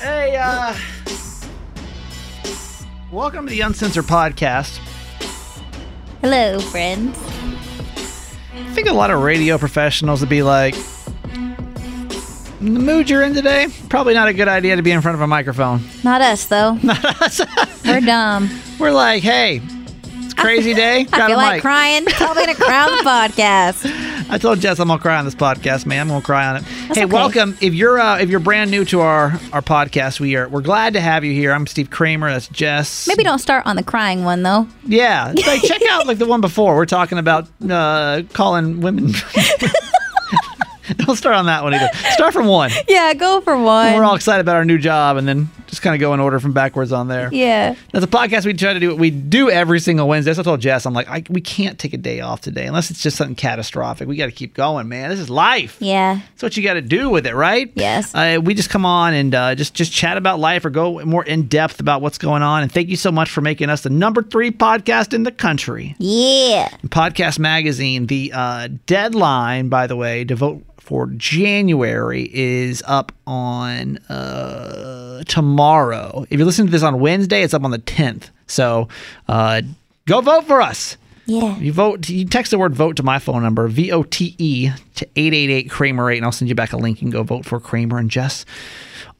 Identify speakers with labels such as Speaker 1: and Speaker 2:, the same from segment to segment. Speaker 1: Hey, uh, welcome to the Uncensored Podcast.
Speaker 2: Hello, friends.
Speaker 1: I think a lot of radio professionals would be like, the mood you're in today, probably not a good idea to be in front of a microphone.
Speaker 2: Not us, though. Not us. We're dumb.
Speaker 1: We're like, hey, it's a crazy day.
Speaker 2: I
Speaker 1: got
Speaker 2: feel
Speaker 1: a
Speaker 2: like
Speaker 1: mic.
Speaker 2: crying. Tell me to crown the podcast.
Speaker 1: I told Jess I'm gonna cry on this podcast, man. I'm gonna cry on it. hey,
Speaker 2: okay.
Speaker 1: welcome. If you're uh, if you're brand new to our our podcast, we are we're glad to have you here. I'm Steve Kramer. That's Jess.
Speaker 2: Maybe don't start on the crying one, though.
Speaker 1: Yeah, like check out like the one before. We're talking about uh, calling women. Don't start on that one either. Start from one.
Speaker 2: Yeah, go for one.
Speaker 1: We're all excited about our new job, and then just kind of go in order from backwards on there.
Speaker 2: yeah.
Speaker 1: That's a podcast we try to do. We do every single Wednesday. So I told Jess, I'm like, I, we can't take a day off today unless it's just something catastrophic. We got to keep going, man. This is life.
Speaker 2: Yeah.
Speaker 1: That's what you got to do with it, right?
Speaker 2: Yes.
Speaker 1: Uh, we just come on and uh, just just chat about life or go more in depth about what's going on. And thank you so much for making us the number three podcast in the country.
Speaker 2: Yeah.
Speaker 1: Podcast Magazine. The uh, deadline, by the way, to vote for January is up on uh, tomorrow. If you're listening to this on Wednesday, it's up on the 10th. So uh, go vote for us.
Speaker 2: Yeah.
Speaker 1: You vote. You text the word "vote" to my phone number V O T E to eight eight eight Kramer eight, and I'll send you back a link. You can go vote for Kramer and Jess,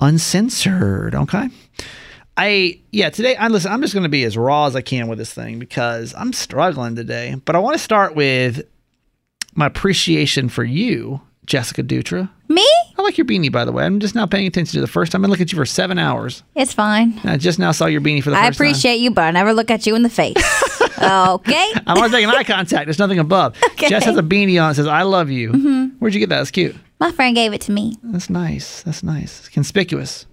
Speaker 1: uncensored. Okay. I yeah. Today I listen. I'm just going to be as raw as I can with this thing because I'm struggling today. But I want to start with my appreciation for you, Jessica Dutra.
Speaker 2: Me?
Speaker 1: I like your beanie, by the way. I'm just now paying attention to the first time. I've been looking at you for seven hours.
Speaker 2: It's fine.
Speaker 1: And I just now saw your beanie for the first
Speaker 2: I
Speaker 1: time.
Speaker 2: appreciate you, but I never look at you in the face. okay.
Speaker 1: I'm always making eye contact. There's nothing above. Jess has a beanie on. It says, I love you.
Speaker 2: Mm-hmm.
Speaker 1: Where'd you get that? That's cute.
Speaker 2: My friend gave it to me.
Speaker 1: That's nice. That's nice. It's conspicuous.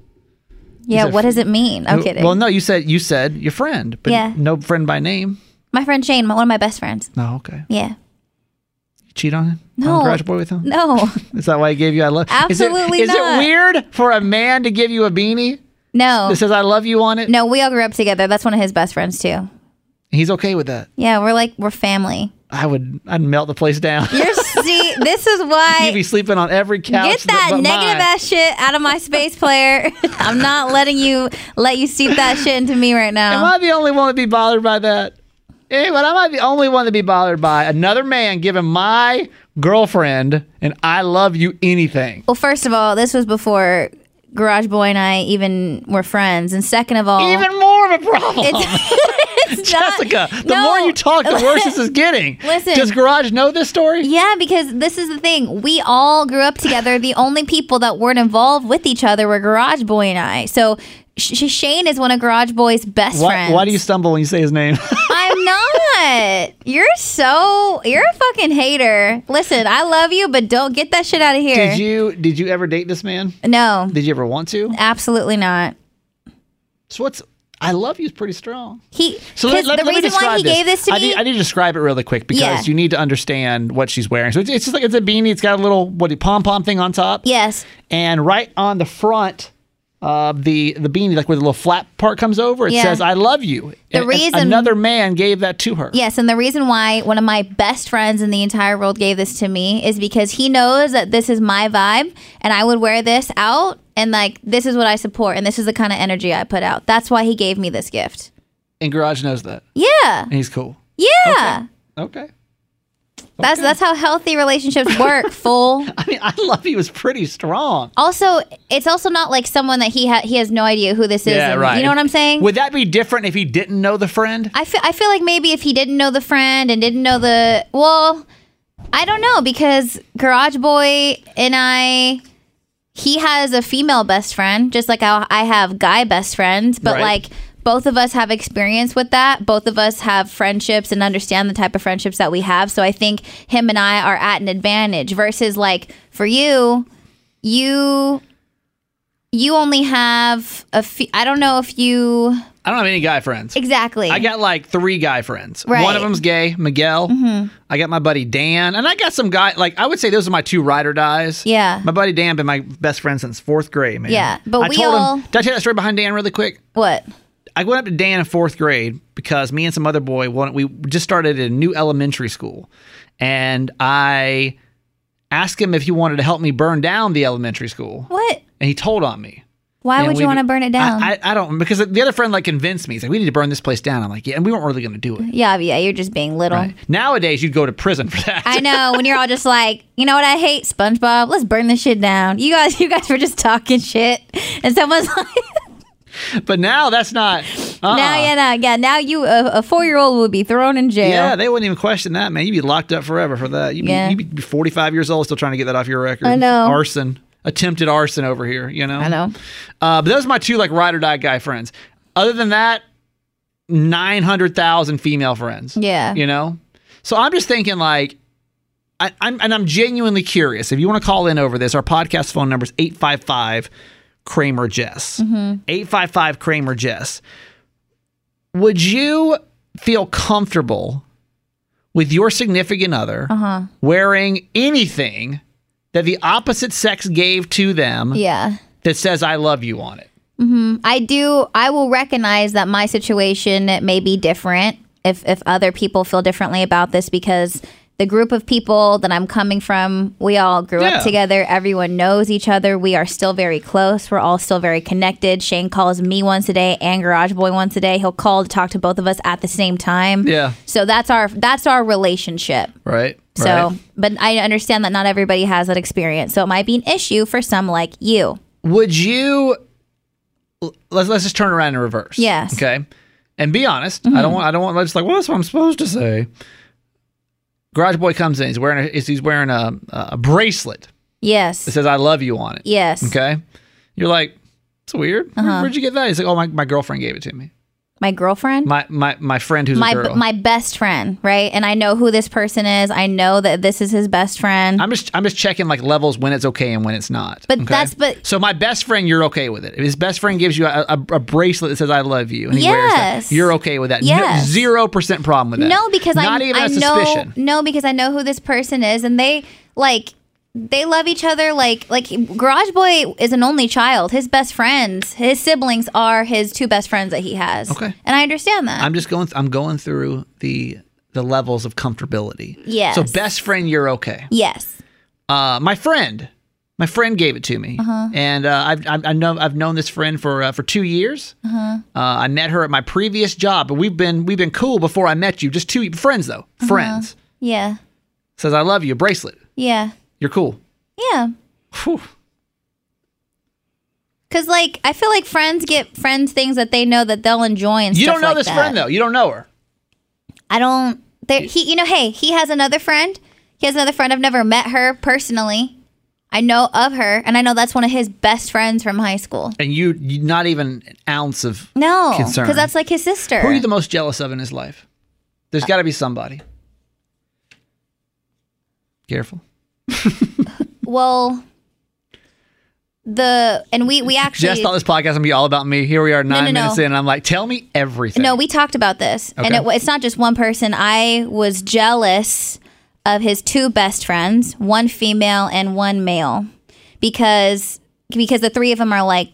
Speaker 2: Yeah.
Speaker 1: Is it-
Speaker 2: What does it mean? I'm kidding.
Speaker 1: Well, no, you said you said your friend, but
Speaker 2: Yeah.
Speaker 1: no friend by name.
Speaker 2: My friend Shane, my, one of my best friends.
Speaker 1: No, okay.
Speaker 2: Yeah.
Speaker 1: You cheat on him?
Speaker 2: No.
Speaker 1: On Garage Boy with him?
Speaker 2: No.
Speaker 1: Is that why he gave you I love?
Speaker 2: Absolutely
Speaker 1: is it,
Speaker 2: not.
Speaker 1: Is it weird for a man to give you a beanie
Speaker 2: No.
Speaker 1: that says I love you on it?
Speaker 2: No, we all grew up together. That's one of his best friends, too.
Speaker 1: He's okay with that.
Speaker 2: Yeah. We're like, we're family.
Speaker 1: I would I'd melt the place down.
Speaker 2: You're, see, this is
Speaker 1: You'd be
Speaker 2: why.
Speaker 1: sleeping on every couch.
Speaker 2: Get that
Speaker 1: but
Speaker 2: negative
Speaker 1: mine.
Speaker 2: ass shit out of my space player. I'm not letting you let you seep that shit into me right
Speaker 1: Am
Speaker 2: now.
Speaker 1: I the only one to be bothered by that? Hey, but am I the only one to be bothered by another man giving my girlfriend an I love you anything?
Speaker 2: Well, first of all, this was before Garage Boy and I even were friends, and second of all,
Speaker 1: Even more of a problem.
Speaker 2: Oh. it's, it's not-
Speaker 1: Jessica, the
Speaker 2: no.
Speaker 1: more you talk, the worse this is getting.
Speaker 2: Listen.
Speaker 1: Does Garage know this story?
Speaker 2: Yeah, because this is the thing. We all grew up together. The only people that weren't involved with each other were Garage Boy and I. So Sh- Sh- Shane is one of Garage Boy's best
Speaker 1: Why,
Speaker 2: friends.
Speaker 1: why do you stumble when you say his name?
Speaker 2: I'm not. You're so. You're a fucking hater. Listen, I love you, but don't get that shit out of here.
Speaker 1: did you did you ever date this man?
Speaker 2: No,
Speaker 1: Did you ever want to?
Speaker 2: absolutely not.
Speaker 1: So what's I love you is pretty strong.
Speaker 2: He.
Speaker 1: So let,
Speaker 2: 'cause
Speaker 1: let, let
Speaker 2: the
Speaker 1: me
Speaker 2: reason
Speaker 1: describe
Speaker 2: why he gave this to
Speaker 1: I
Speaker 2: me.
Speaker 1: Need, I need to describe it really quick because
Speaker 2: Yeah.
Speaker 1: you need to understand what she's wearing. So it's, it's just like it's a beanie. It's got a little what pom pom thing on top.
Speaker 2: yes.
Speaker 1: And right on the front uh, the the beanie, like where the little flap part comes over, it
Speaker 2: Yeah.
Speaker 1: says "I love you."
Speaker 2: The
Speaker 1: A- a-
Speaker 2: reason-
Speaker 1: another man gave that to her.
Speaker 2: Yes, and the reason why one of my best friends in the entire world gave this to me is because he knows that this is my vibe and I would wear this out and like this is what I support and this is the kind of energy I put out. That's why he gave me this gift.
Speaker 1: and Garage knows that,
Speaker 2: Yeah.
Speaker 1: and he's cool.
Speaker 2: Yeah.
Speaker 1: Okay.
Speaker 2: That's that's how healthy relationships work, fool.
Speaker 1: I mean, I love you was pretty strong.
Speaker 2: Also, it's also not like someone that he ha- he has no idea who this is. and- You know what I'm saying?
Speaker 1: Would that be different if he didn't know the friend?
Speaker 2: I feel I feel like maybe if he didn't know the friend and didn't know the well, I don't know because Garage Boy and I he has a female best friend just like how I have guy best friends, but
Speaker 1: Right.
Speaker 2: like both of us have experience with that. Both of us have friendships and understand the type of friendships that we have. So I think him and I are at an advantage versus like for you, you you only have a fe- I don't know if you
Speaker 1: I don't have any guy friends.
Speaker 2: exactly
Speaker 1: I got like three guy friends.
Speaker 2: Right. Mm-hmm.
Speaker 1: One of them's gay, Miguel. I got my buddy Dan, and I got some guy. Like I would say, those are my two ride or dies.
Speaker 2: Yeah.
Speaker 1: My buddy Dan been my best friend since fourth grade, man.
Speaker 2: Yeah, but
Speaker 1: I
Speaker 2: we
Speaker 1: told
Speaker 2: all-
Speaker 1: Him, did I tell you that story behind Dan really quick?
Speaker 2: what?
Speaker 1: I went up to Dan in fourth grade because me and some other boy wanted, we just started a new elementary school, and I asked him if he wanted to help me burn down the elementary school,
Speaker 2: What?
Speaker 1: and he told on me.
Speaker 2: Why
Speaker 1: And
Speaker 2: would
Speaker 1: we
Speaker 2: you want to
Speaker 1: d-
Speaker 2: burn it
Speaker 1: I-
Speaker 2: down?
Speaker 1: I, I don't because the other friend like convinced me. He's like, "We need to burn this place down." I'm like, "Yeah," and we weren't really going to do it.
Speaker 2: yeah, yeah, you're just being little.
Speaker 1: Right. Nowadays, you'd go to prison for that.
Speaker 2: I know when you're all just like, you know what I hate, SpongeBob. Let's burn this shit down. You guys, you guys were just talking shit, and someone's like,
Speaker 1: but now that's not. Uh,
Speaker 2: now, yeah, now, yeah, now you, a, a four year old would be thrown in jail.
Speaker 1: yeah, they wouldn't even question that, man. You'd be locked up forever for that. You'd be,
Speaker 2: Yeah.
Speaker 1: you'd be 45 years old still trying to get that off your record.
Speaker 2: I know.
Speaker 1: Arson. Attempted arson over here, you know?
Speaker 2: I know.
Speaker 1: Uh, but those are my two, like, ride or die guy friends. Other than that, 900,000 female friends.
Speaker 2: Yeah.
Speaker 1: You know? So I'm just thinking, like, I, I'm, and I'm genuinely curious. If you want to call in over this, our podcast phone number is 855 Kramer Jess.
Speaker 2: Mm-hmm.
Speaker 1: 855 Kramer Jess. Would you feel comfortable with your significant other
Speaker 2: Uh-huh.
Speaker 1: wearing anything that the opposite sex gave to them
Speaker 2: Yeah,
Speaker 1: that says I love you on it?
Speaker 2: I do. I will recognize that my situation may be different if if other people feel differently about this because. The group of people that I'm coming from, we all grew
Speaker 1: Yeah.
Speaker 2: up together. Everyone knows each other. We are still very close. We're all still very connected. Shane calls me once a day and Garage Boy once a day. He'll call to talk to both of us at the same time.
Speaker 1: Yeah.
Speaker 2: So that's our that's our relationship.
Speaker 1: Right.
Speaker 2: So, but I understand that not everybody has that experience. So it might be an issue for some like you.
Speaker 1: would you l- let's let's just turn around in reverse.
Speaker 2: Yes. Mm-hmm.
Speaker 1: Okay. And be honest. I don't want I don't want just like, well, that's what I'm supposed to say. Garage boy comes in. He's wearing a, he's wearing a a bracelet that
Speaker 2: Yes.
Speaker 1: says "I love you" on it.
Speaker 2: Yes. Uh-huh.
Speaker 1: Okay. You're like, it's weird. Where- Where'd you get that? He's like, oh, my, my girlfriend gave it to me.
Speaker 2: My girlfriend?
Speaker 1: My my my friend who's
Speaker 2: my
Speaker 1: a girl.
Speaker 2: my best friend, right? And I know who this person is. I know that this is his best friend.
Speaker 1: I'm just I'm just checking like levels when it's okay and when it's not.
Speaker 2: But that's- but-
Speaker 1: so my best friend, you're okay with it. If his best friend gives you a, a, a bracelet that says "I love you" and he wears that,
Speaker 2: Yes.
Speaker 1: you're okay with that. No-
Speaker 2: Yes.
Speaker 1: zero percent problem with that.
Speaker 2: no, because
Speaker 1: not
Speaker 2: I,
Speaker 1: even a
Speaker 2: I know
Speaker 1: suspicion.
Speaker 2: no because I know who this person is, and they like they love each other like like Garage Boy is an only child. His best friends, his siblings are his two best friends that he has.
Speaker 1: Okay.
Speaker 2: and I understand that.
Speaker 1: I'm just going. I'm going through the the levels of comfortability.
Speaker 2: Yes.
Speaker 1: So best friend, you're okay.
Speaker 2: yes,
Speaker 1: Uh, my friend, my friend gave it to me,
Speaker 2: Uh-huh.
Speaker 1: and uh, I've I've- I know I've known this friend for uh, for two years.
Speaker 2: Uh-huh.
Speaker 1: Uh, I met her at my previous job, but we've been we've been cool before I met you. Just two friends though,
Speaker 2: Uh-huh.
Speaker 1: friends.
Speaker 2: yeah,
Speaker 1: says I love you, bracelet.
Speaker 2: yeah,
Speaker 1: You're cool.
Speaker 2: yeah.
Speaker 1: Whew.
Speaker 2: Because like I feel like friends get friends things that they know that they'll enjoy and
Speaker 1: You
Speaker 2: stuff
Speaker 1: don't know
Speaker 2: like
Speaker 1: this
Speaker 2: that.
Speaker 1: friend though. You don't know her.
Speaker 2: I don't. There, he, you know, hey, he has another friend. He has another friend. I've never met her personally. I know of her, and I know that's one of his best friends from high school.
Speaker 1: And you, you not even an ounce of
Speaker 2: No,
Speaker 1: concern.
Speaker 2: because that's like his sister.
Speaker 1: Who are you the most jealous of in his life? There's got to be somebody. Careful.
Speaker 2: well, the and we we actually
Speaker 1: Jess thought this podcast would be all about me. Here we are nine
Speaker 2: no, no.
Speaker 1: minutes in, and I'm like, tell me everything.
Speaker 2: No, we talked about this, and
Speaker 1: Okay.
Speaker 2: it, wa- it's not just one person. I was jealous of his two best friends, one female and one male, because because the three of them are like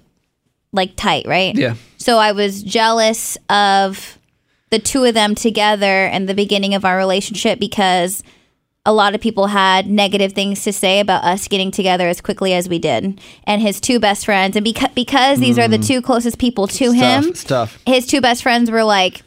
Speaker 2: like tight, right?
Speaker 1: Yeah.
Speaker 2: So I was jealous of the two of them together in the beginning of our relationship because a lot of people had negative things to say about us getting together as quickly as we did. And his two best friends, and beca- because these are the two closest people to him,
Speaker 1: Mm. Stuff. Stuff.
Speaker 2: his two best friends were like,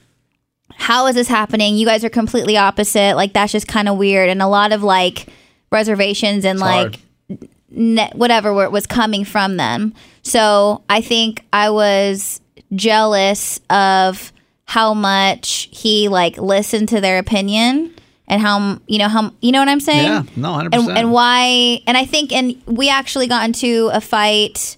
Speaker 2: How is this happening? You guys are completely opposite. Like, that's just kind of weird. And a lot of like reservations and like
Speaker 1: hard.
Speaker 2: ne- whatever where it was coming from them. So I think I was jealous of how much he like listened to their opinion and how m- you know how m- you know what I'm saying?
Speaker 1: Yeah. No, 100%.
Speaker 2: and, and why and i think and we actually got into a fight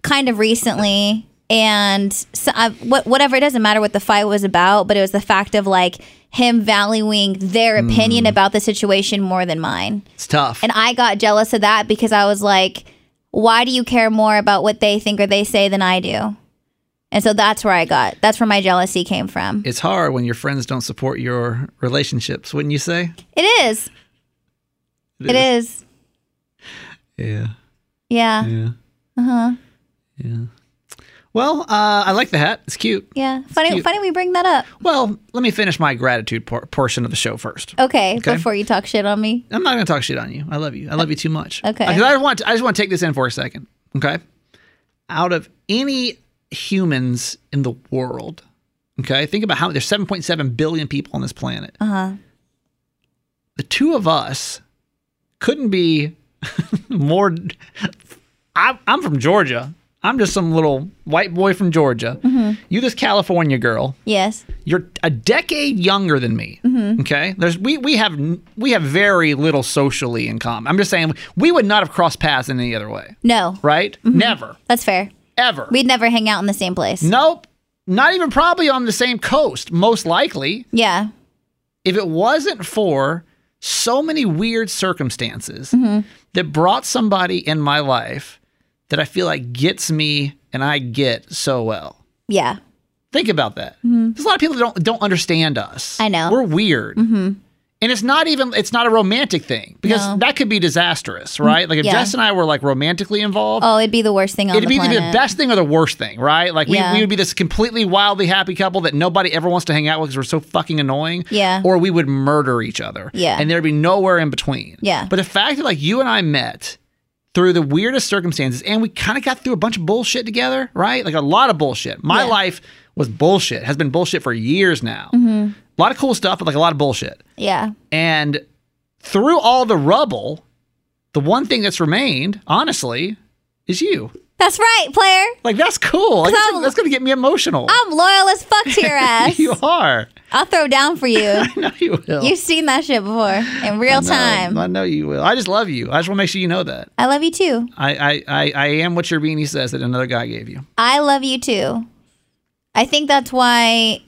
Speaker 2: kind of recently and so, uh, what, whatever it doesn't matter what the fight was about but it was the fact of like him valuing their opinion about the situation more than mine
Speaker 1: it's tough.
Speaker 2: and i got jealous of that because i was like why do you care more about what they think or they say than i do and so that's where i got that's where my jealousy came from
Speaker 1: it's hard when your friends don't support your relationships, wouldn't you say?
Speaker 2: it is it is
Speaker 1: Yeah.
Speaker 2: yeah
Speaker 1: Yeah. Uh huh.
Speaker 2: Uh-huh.
Speaker 1: Yeah. Well, uh, I like the hat. It's cute.
Speaker 2: yeah funny
Speaker 1: cute.
Speaker 2: funny we bring that up
Speaker 1: Well, let me finish my gratitude por- portion of the show first.
Speaker 2: Okay,
Speaker 1: Okay.
Speaker 2: before you talk shit on me.
Speaker 1: I'm not going to talk shit on you. I love you. I love you too much.
Speaker 2: Okay.
Speaker 1: Because I want. I just want to take this in for a second. Okay. Out of any humans in the world, okay, think about how there's 7.7 billion people on this planet. Uh huh. The two of us couldn't be more. I, I'm from Georgia. I'm just some little white boy from Georgia. You, this California girl
Speaker 2: Yes.
Speaker 1: you're a decade younger than me. Okay, there's we we have n- we have very little socially in common. I'm just saying we would not have crossed paths in any other way,
Speaker 2: No.
Speaker 1: right? Never,
Speaker 2: That's fair.
Speaker 1: ever.
Speaker 2: We'd never hang out in the same place.
Speaker 1: nope, not even probably on the same coast. Most likely,
Speaker 2: Yeah.
Speaker 1: if it wasn't for so many weird circumstances that brought somebody in my life that I feel like gets me and I get so well.
Speaker 2: Yeah.
Speaker 1: Think about that. There's a lot of people that don't don't understand us.
Speaker 2: Mm-hmm. I know. Mm-hmm.
Speaker 1: We're weird. And it's not even it's not a romantic thing because
Speaker 2: No.
Speaker 1: that could be disastrous, right? Like if
Speaker 2: yeah.
Speaker 1: Jess and I were like romantically involved,
Speaker 2: Oh, it'd be the worst thing on
Speaker 1: it'd
Speaker 2: the
Speaker 1: be either
Speaker 2: planet.
Speaker 1: the best thing or the worst thing, right? Like we,
Speaker 2: Yeah.
Speaker 1: we would be this completely wildly happy couple that nobody ever wants to hang out with because we're so fucking annoying.
Speaker 2: Yeah.
Speaker 1: Or we would murder each other.
Speaker 2: Yeah.
Speaker 1: And there'd be nowhere in between.
Speaker 2: Yeah.
Speaker 1: But the fact that like you and I met through the weirdest circumstances and we kind of got through a bunch of bullshit together, right? Like a lot of bullshit. My
Speaker 2: Yeah.
Speaker 1: life was bullshit, has been bullshit for years now.
Speaker 2: Mm-hmm.
Speaker 1: A lot of cool stuff, but like a lot of bullshit.
Speaker 2: Yeah.
Speaker 1: And through all the rubble, the one thing that's remained, honestly, is you.
Speaker 2: That's right, player.
Speaker 1: Like that's cool. Like, that's,
Speaker 2: I'm-
Speaker 1: gonna, that's gonna get me emotional.
Speaker 2: I'm loyal as fuck to your ass.
Speaker 1: you are.
Speaker 2: I'll throw down for you.
Speaker 1: I know you will.
Speaker 2: You've seen that shit before in real
Speaker 1: No,
Speaker 2: time.
Speaker 1: I know you will. I just love you. I just want to make sure you know that.
Speaker 2: I love you too.
Speaker 1: I I I, I am what your beanie says that another guy gave you.
Speaker 2: I love you too. I think that's why.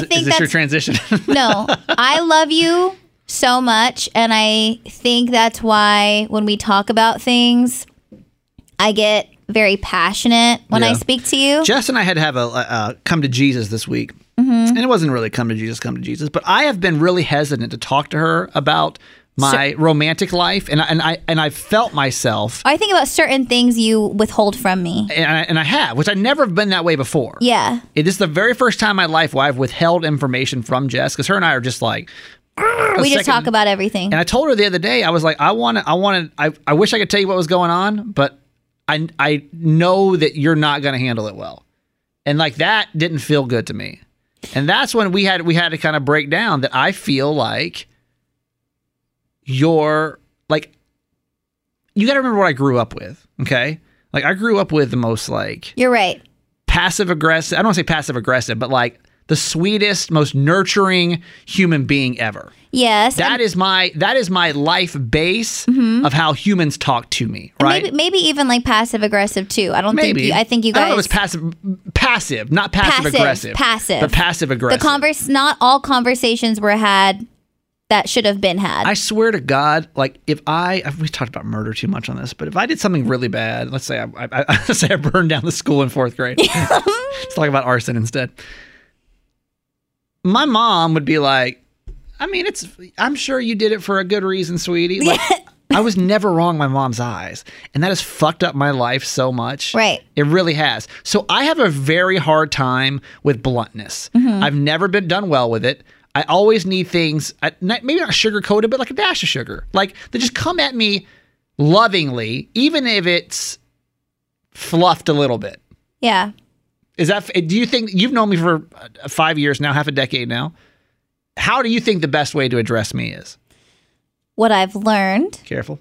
Speaker 1: Is,
Speaker 2: think
Speaker 1: is this
Speaker 2: that's
Speaker 1: your transition?
Speaker 2: no, I love you so much. And I think that's why when we talk about things, I get very passionate when I
Speaker 1: Yeah.
Speaker 2: speak to you.
Speaker 1: Jess and I had to have a, a, a come to Jesus this week,
Speaker 2: Mm-hmm.
Speaker 1: and it wasn't really come to Jesus, come to Jesus. But I have been really hesitant to talk to her about my romantic life, and I, and I and I felt myself,
Speaker 2: I think about certain things you withhold from me.
Speaker 1: and I, and I have, which I never have been that way before.
Speaker 2: Yeah.
Speaker 1: It is the very first time in my life where I've withheld information from Jess because her and I are just like
Speaker 2: we just talk about everything.
Speaker 1: And I told her the other day, I was like, I want to, I want to, I, I wish I could tell you what was going on, but I, I know that you're not going to handle it well. And like that didn't feel good to me. And that's when we had, we had to kind of break down that I feel like you're like, you got to remember what I grew up with. Okay. Like I grew up with the most like
Speaker 2: You're right.
Speaker 1: passive aggressive, I don't want to say passive aggressive, but like the sweetest, most nurturing human being ever.
Speaker 2: Yes.
Speaker 1: That
Speaker 2: and-
Speaker 1: is my that is my life base of how humans talk to me,
Speaker 2: Mm-hmm. and
Speaker 1: right?
Speaker 2: Maybe, maybe even like passive aggressive too. I don't
Speaker 1: Maybe.
Speaker 2: think you, I think you
Speaker 1: I don't know if
Speaker 2: guys
Speaker 1: it's passive passive, not passive,
Speaker 2: Passive,
Speaker 1: aggressive.
Speaker 2: passive.
Speaker 1: But passive
Speaker 2: the
Speaker 1: aggressive.
Speaker 2: converse not all conversations were had that should have been had.
Speaker 1: I swear to God, like if I I've- we talked about murder too much on this, but if I did something really bad, let's say I, I, I let's say I burned down the school in fourth grade. let's talk about arson instead. My mom would be like, I mean, it's I'm sure you did it for a good reason, sweetie. Like, I was never wrong in my mom's eyes. And that has fucked up my life so much.
Speaker 2: Right.
Speaker 1: It really has. So I have a very hard time with bluntness. I've never been done well with it. I always need things, I- not- maybe not sugar coated, but like a dash of sugar. Like they just come at me lovingly, even if it's fluffed a little bit.
Speaker 2: Yeah.
Speaker 1: Is that? Do you think you've known me for uh, five years now, half a decade now? How do you think the best way to address me is?
Speaker 2: What I've learned
Speaker 1: Careful.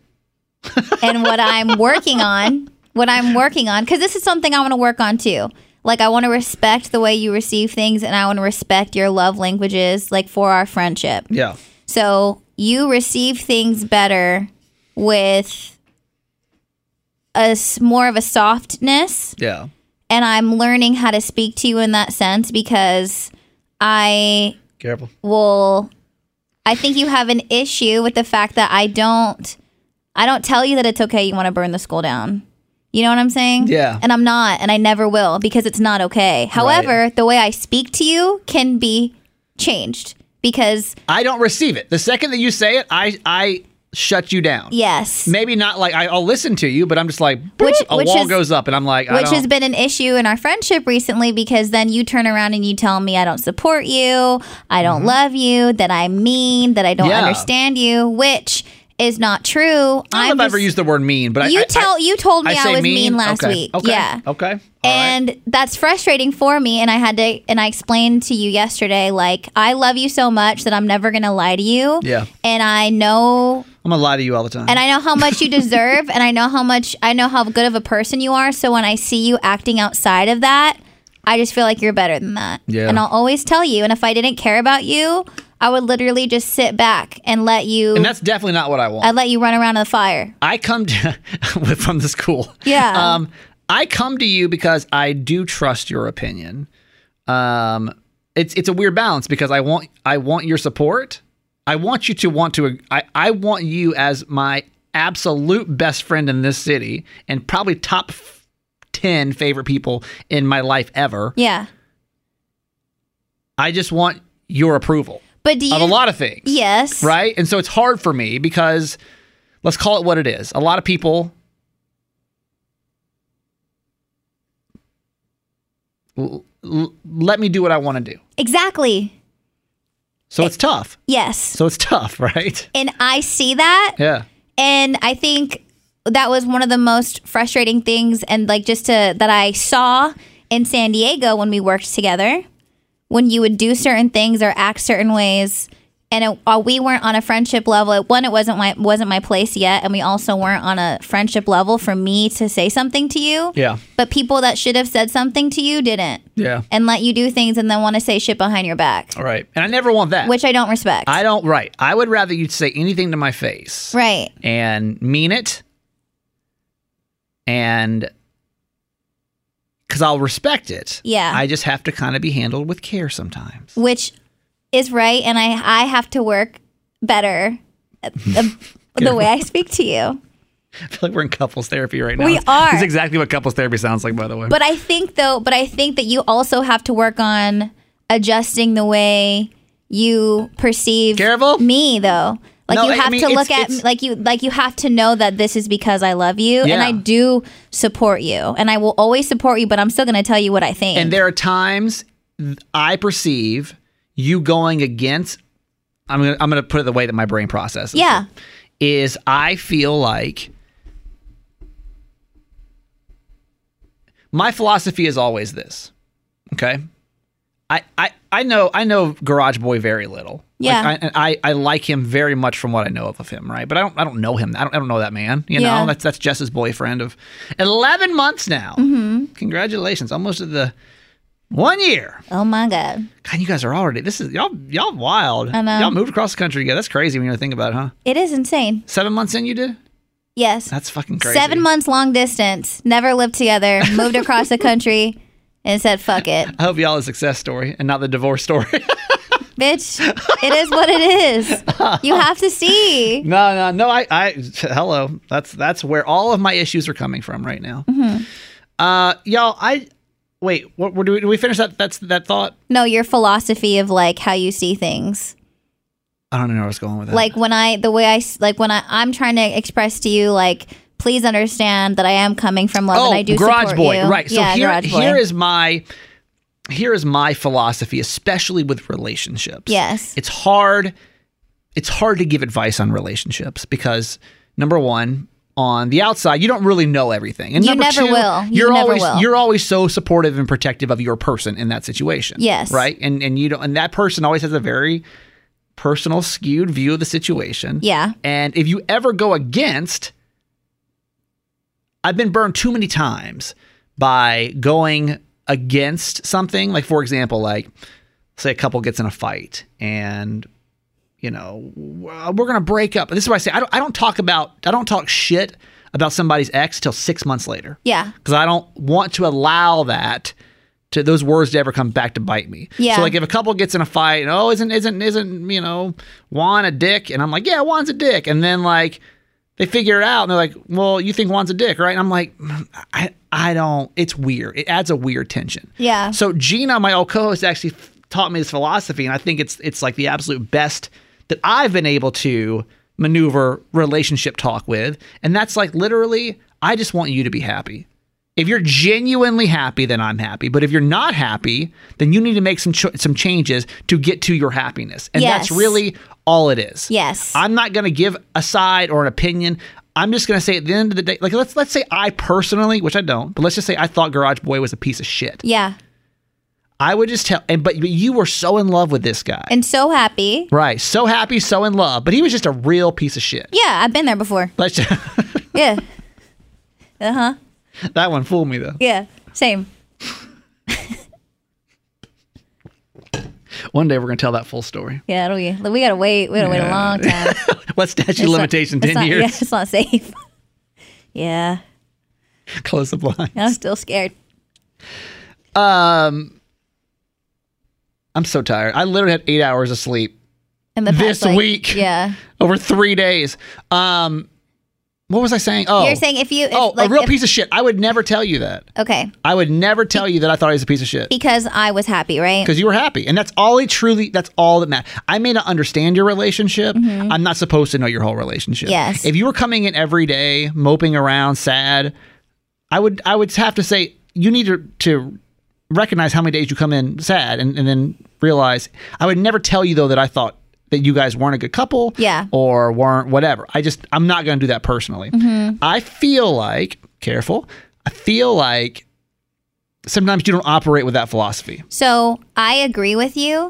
Speaker 2: and what I'm working on, what I'm working on, because this is something I want to work on too. Like, I want to respect the way you receive things and I want to respect your love languages, like for our friendship.
Speaker 1: Yeah.
Speaker 2: So you receive things better with a s- more of a softness,
Speaker 1: Yeah.
Speaker 2: and I'm learning how to speak to you in that sense because I
Speaker 1: Careful.
Speaker 2: will. I think you have an issue with the fact that I don't. I don't tell you that it's okay. You want to burn the school down. You know what I'm saying?
Speaker 1: Yeah.
Speaker 2: And I'm not, and I never will because it's not okay. However, the way I speak to you can be changed because
Speaker 1: I don't receive it. The second that you say it, I I shut you down.
Speaker 2: yes,
Speaker 1: Maybe not like I, I'll listen to you, but I'm just like
Speaker 2: Which-
Speaker 1: "Boop," a
Speaker 2: which
Speaker 1: wall
Speaker 2: is-
Speaker 1: goes up, and I'm like, I
Speaker 2: which
Speaker 1: don't,
Speaker 2: has been an issue in our friendship recently because then you turn around and you tell me I don't support you, I don't love you, that I'm mean, that I don't
Speaker 1: Mm-hmm. Yeah.
Speaker 2: understand you, which is not true.
Speaker 1: I don't know if I ever used the word mean, but I-
Speaker 2: you
Speaker 1: I,
Speaker 2: tell
Speaker 1: I,
Speaker 2: you told me I,
Speaker 1: say
Speaker 2: was mean, last
Speaker 1: Okay.
Speaker 2: week.
Speaker 1: Okay.
Speaker 2: Yeah.
Speaker 1: Okay. All right.
Speaker 2: and that's frustrating for me and I had to and I explained to you yesterday like I love you so much that I'm never going to lie to you.
Speaker 1: Yeah.
Speaker 2: And I know
Speaker 1: I'm gonna lie to you all the time.
Speaker 2: and I know how much you deserve, and I know how much I know how good of a person you are. So when I see you acting outside of that, I just feel like you're better than that.
Speaker 1: Yeah.
Speaker 2: And I'll always tell you. And if I didn't care about you, I would literally just sit back and let you.
Speaker 1: and that's definitely not what I want.
Speaker 2: I'd let you run around in the fire.
Speaker 1: I come to, from the school.
Speaker 2: Yeah.
Speaker 1: Um, I come to you because I do trust your opinion. Um, it's it's a weird balance because I want I want your support. I want you to want to. I I want you as my absolute best friend in this city and probably top f- ten favorite people in my life ever.
Speaker 2: Yeah.
Speaker 1: I just want your approval
Speaker 2: But do you?
Speaker 1: of a lot of things
Speaker 2: Yes.
Speaker 1: right? And so it's hard for me because let's call it what it is. A lot of people l- l- let me do what I want to do.
Speaker 2: Exactly.
Speaker 1: So it's tough.
Speaker 2: Yes.
Speaker 1: So it's tough, right?
Speaker 2: And I see that.
Speaker 1: Yeah.
Speaker 2: And I think that was one of the most frustrating things and like just to that I saw in San Diego when we worked together when you would do certain things or act certain ways and it, uh, we weren't on a friendship level it, one it wasn't my wasn't my place yet and we also weren't on a friendship level for me to say something to you
Speaker 1: Yeah.
Speaker 2: but people that should have said something to you didn't
Speaker 1: Yeah.
Speaker 2: and let you do things and then want to say shit behind your back
Speaker 1: All right. And I never want that.
Speaker 2: which I don't respect
Speaker 1: I don't right. I would rather you say anything to my face
Speaker 2: right
Speaker 1: and mean it and cuz I'll respect it.
Speaker 2: Yeah.
Speaker 1: I just have to kind of be handled with care sometimes.
Speaker 2: which is right and i i have to work better at the, the way i speak to you
Speaker 1: I feel like we're in couples therapy right now.
Speaker 2: We are.
Speaker 1: This is exactly what couples therapy sounds like, by the way.
Speaker 2: but i think though but i think that you also have to work on adjusting the way you perceive
Speaker 1: Careful.
Speaker 2: me though like
Speaker 1: No,
Speaker 2: you
Speaker 1: I- I
Speaker 2: have
Speaker 1: mean,
Speaker 2: to look
Speaker 1: it's-
Speaker 2: at
Speaker 1: it's-
Speaker 2: like you like you have to know that this is because i love you and
Speaker 1: Yeah.
Speaker 2: i do support you and i will always support you but i'm still going to tell you what i think
Speaker 1: and there are times th- I perceive you going against. I'm gonna I'm gonna put it the way that my brain processes. it,
Speaker 2: Yeah.
Speaker 1: is I feel like my philosophy is always this. Okay. I, I, I know I know Garage Boy very little.
Speaker 2: Yeah.
Speaker 1: Like, I, and I I like him very much from what I know of, of him, right? But I don't I don't know him. I don't, I don't know that man. You
Speaker 2: Yeah.
Speaker 1: know, that's that's Jess's boyfriend of eleven months now. Mm-hmm. Congratulations, almost to the one year.
Speaker 2: oh my god
Speaker 1: God, you guys are already this is y'all y'all wild.
Speaker 2: I know.
Speaker 1: Y'all moved across the country. Yeah, that's crazy when you really think about it, huh?
Speaker 2: it is insane
Speaker 1: Seven months in, you did.
Speaker 2: yes
Speaker 1: That's fucking crazy.
Speaker 2: Seven months long distance, never lived together, moved across the country, and said, fuck it.
Speaker 1: I hope y'all a success story and not the divorce story.
Speaker 2: Bitch, it is what it is. You have to see.
Speaker 1: no, no, no. I, I, hello. That's that's where all of my issues are coming from right now.
Speaker 2: Mm-hmm.
Speaker 1: Uh, y'all, I wait. What, what do we do? We finish that? That's that thought.
Speaker 2: No, your philosophy of like how you see things.
Speaker 1: I don't know where I was going with that.
Speaker 2: like when i the way i s- like when i i'm trying to express to you like please understand that i am coming from love
Speaker 1: oh,
Speaker 2: and i do
Speaker 1: Garage
Speaker 2: support
Speaker 1: Boy,
Speaker 2: you.
Speaker 1: right? So
Speaker 2: yeah,
Speaker 1: here,
Speaker 2: garage boy.
Speaker 1: here is my here is my philosophy, especially with relationships.
Speaker 2: Yes.
Speaker 1: it's hard. It's hard to give advice on relationships because number one, on the outside, you don't really know everything, and
Speaker 2: You
Speaker 1: number
Speaker 2: never
Speaker 1: two,
Speaker 2: will. You
Speaker 1: you're
Speaker 2: never
Speaker 1: always
Speaker 2: will.
Speaker 1: you're always so supportive and protective of your person in that situation.
Speaker 2: Yes.
Speaker 1: right, and and you don't, and that person always has a very personal, skewed view of the situation.
Speaker 2: yeah
Speaker 1: And if you ever go against, I've been burned too many times by going against something. Like, for example, like, say a couple gets in a fight and, you know, we're going to break up. This is why I say I don't, I don't talk about, I don't talk shit about somebody's ex till six months later
Speaker 2: yeah
Speaker 1: because I don't want to allow that to those words to ever come back to bite me.
Speaker 2: Yeah.
Speaker 1: So like if a couple gets in a fight, and, oh, isn't isn't isn't you know Juan a dick? And I'm like, yeah, Juan's a dick. And then like they figure it out, and they're like, well, you think Juan's a dick, right? And I'm like, I I don't. It's weird. It adds a weird tension.
Speaker 2: yeah
Speaker 1: So Gina, my old co-host, actually f- taught me this philosophy, and I think it's it's like the absolute best that I've been able to maneuver relationship talk with. And that's like literally, I just want you to be happy. If you're genuinely happy, then I'm happy. But if you're not happy, then you need to make some cho- some changes to get to your happiness, and that's
Speaker 2: Yes.
Speaker 1: really all it is.
Speaker 2: yes
Speaker 1: I'm not going to give a side or an opinion. I'm just going to say at the end of the day, like let's let's say I personally, which I don't, but let's just say I thought Garage Boy was a piece of shit.
Speaker 2: yeah
Speaker 1: I would just tell, and but, but you were so in love with this guy,
Speaker 2: and so happy
Speaker 1: right? So happy, so in love, but he was just a real piece of shit.
Speaker 2: yeah i've been there before
Speaker 1: Let's just,
Speaker 2: yeah uh-huh
Speaker 1: that one fooled me though.
Speaker 2: yeah same
Speaker 1: One day we're gonna tell that full story.
Speaker 2: yeah it'll be we gotta wait we gotta wait a long time
Speaker 1: What statute of
Speaker 2: It's not-
Speaker 1: limitation?
Speaker 2: it's
Speaker 1: Ten
Speaker 2: not-
Speaker 1: years.
Speaker 2: yeah, it's not safe yeah
Speaker 1: Close the blind.
Speaker 2: i'm still scared
Speaker 1: Um, I'm so tired. I literally had eight hours of sleep
Speaker 2: in the past,
Speaker 1: This
Speaker 2: like-
Speaker 1: week.
Speaker 2: yeah
Speaker 1: over three days. Um, what was I saying? Oh,
Speaker 2: you're saying if you if,
Speaker 1: oh,
Speaker 2: like,
Speaker 1: a real
Speaker 2: if-
Speaker 1: piece of shit. I would never tell you that.
Speaker 2: okay
Speaker 1: I would never tell you that I thought he was a piece of shit.
Speaker 2: because i was happy right
Speaker 1: because you were happy and that's all it truly that's all that matters i may not understand your relationship i'm not supposed to know your whole relationship
Speaker 2: Mm-hmm. Yes.
Speaker 1: if you were coming in every day moping around sad i would i would have to say you need to to recognize how many days you come in sad and, and then realize i would never tell you though that i thought that you guys weren't a good couple
Speaker 2: Yeah.
Speaker 1: or weren't whatever i just i'm not going to do that personally
Speaker 2: Mm-hmm.
Speaker 1: i feel like careful i feel like sometimes you don't operate with that philosophy
Speaker 2: So I agree with you,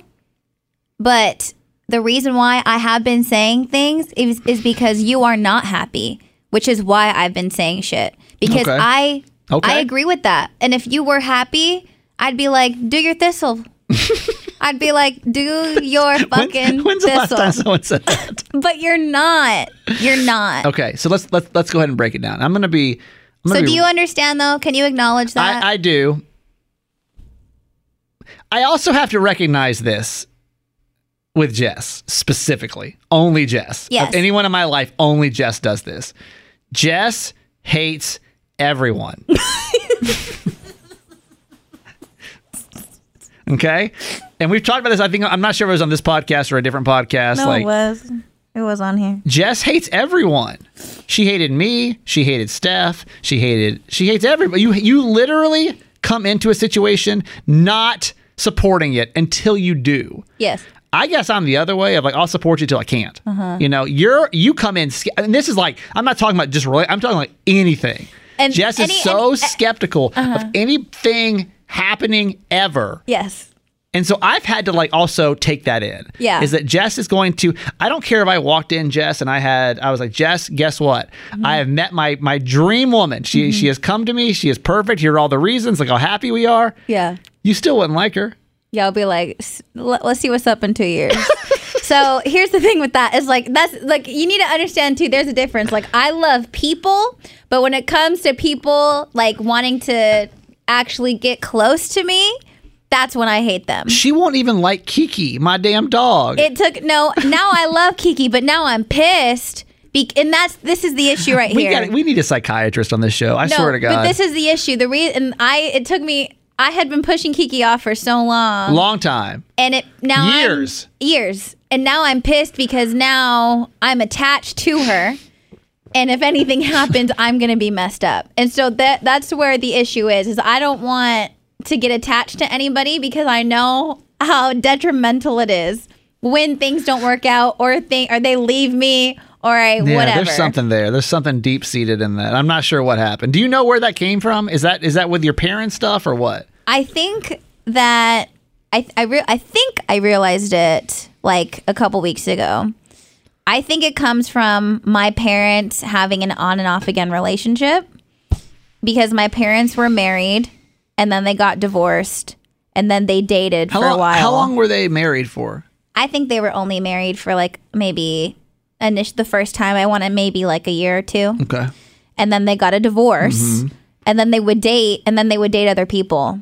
Speaker 2: but the reason why I have been saying things is, is because you are not happy, which is why I've been saying shit. Because
Speaker 1: Okay.
Speaker 2: I I
Speaker 1: Okay.
Speaker 2: agree with that. And if you were happy, I'd be like, do your thistle. I'd be like, do your
Speaker 1: When-
Speaker 2: fucking
Speaker 1: when's the last
Speaker 2: thistle.
Speaker 1: time someone said that?
Speaker 2: But you're not. You're not.
Speaker 1: okay, so let's let's let's go ahead and break it down. I'm gonna be. I'm gonna
Speaker 2: So
Speaker 1: be-
Speaker 2: do you understand though? Can you acknowledge that?
Speaker 1: I, I do. I also have to recognize this with Jess specifically. Only Jess.
Speaker 2: Yes.
Speaker 1: Of anyone in my life, only Jess does this. Jess hates everyone. okay, and we've talked about this. I think I'm not sure if it was on this podcast or a different podcast. like,
Speaker 2: was. It was on here.
Speaker 1: Jess hates everyone. She hated me. She hated Steph. She hated. She hates everybody. You you literally come into a situation not supporting it until you do.
Speaker 2: Yes.
Speaker 1: I guess I'm the other way of like I'll support you till I can't.
Speaker 2: Uh-huh.
Speaker 1: You know, you're you come in, sca- and this is like I'm not talking about just really. I'm talking like anything.
Speaker 2: And
Speaker 1: Jess
Speaker 2: any-
Speaker 1: is so
Speaker 2: any- eh, uh-huh.
Speaker 1: skeptical of anything happening ever.
Speaker 2: Yes.
Speaker 1: And so I've had to like also take that in.
Speaker 2: Yeah.
Speaker 1: Is that Jess is going to I don't care if I walked in, Jess, and I had I was like, Jess, guess what?
Speaker 2: Mm-hmm.
Speaker 1: I have met my my dream woman. She she has come to me, she is perfect. Here are all the reasons, like how happy we are.
Speaker 2: Yeah.
Speaker 1: You still wouldn't like her.
Speaker 2: Yeah, I'll be like, "S- let- let's see what's up in two years. so here's the thing with that is like that's like you need to understand too. There's a difference. Like I love people, but when it comes to people like wanting to actually get close to me, that's when I hate them.
Speaker 1: She won't even like Kiki, my damn dog.
Speaker 2: It took no. Now I love Kiki, but now I'm pissed. Be- and that's this is the issue right
Speaker 1: we
Speaker 2: here.
Speaker 1: got we need a psychiatrist on this show. I swear to God.
Speaker 2: but this is the issue. The reason I it took me. I had been pushing Kiki off for so long,
Speaker 1: Long time.
Speaker 2: and it now I'm-
Speaker 1: Years.
Speaker 2: years and now I'm pissed because now I'm attached to her. And if anything happens, I'm going to be messed up. And so that that's where the issue is is I don't want to get attached to anybody because I know how detrimental it is when things don't work out or thing or they leave me or I
Speaker 1: Yeah,
Speaker 2: whatever.
Speaker 1: there's something there. There's something deep seated in that. I'm not sure what happened. Do you know where that came from? Is that is that with your parents' stuff or what?
Speaker 2: I think that I I, re- I think I realized it like a couple weeks ago. I think it comes from my parents having an on and off again relationship because my parents were married and then they got divorced and then they dated
Speaker 1: How
Speaker 2: for
Speaker 1: long,
Speaker 2: a while.
Speaker 1: How long were they married for?
Speaker 2: I think they were only married for like maybe initial the first time I want to maybe like a year or two
Speaker 1: Okay.
Speaker 2: and then they got a divorce
Speaker 1: Mm-hmm.
Speaker 2: and then they would date and then they would date other people.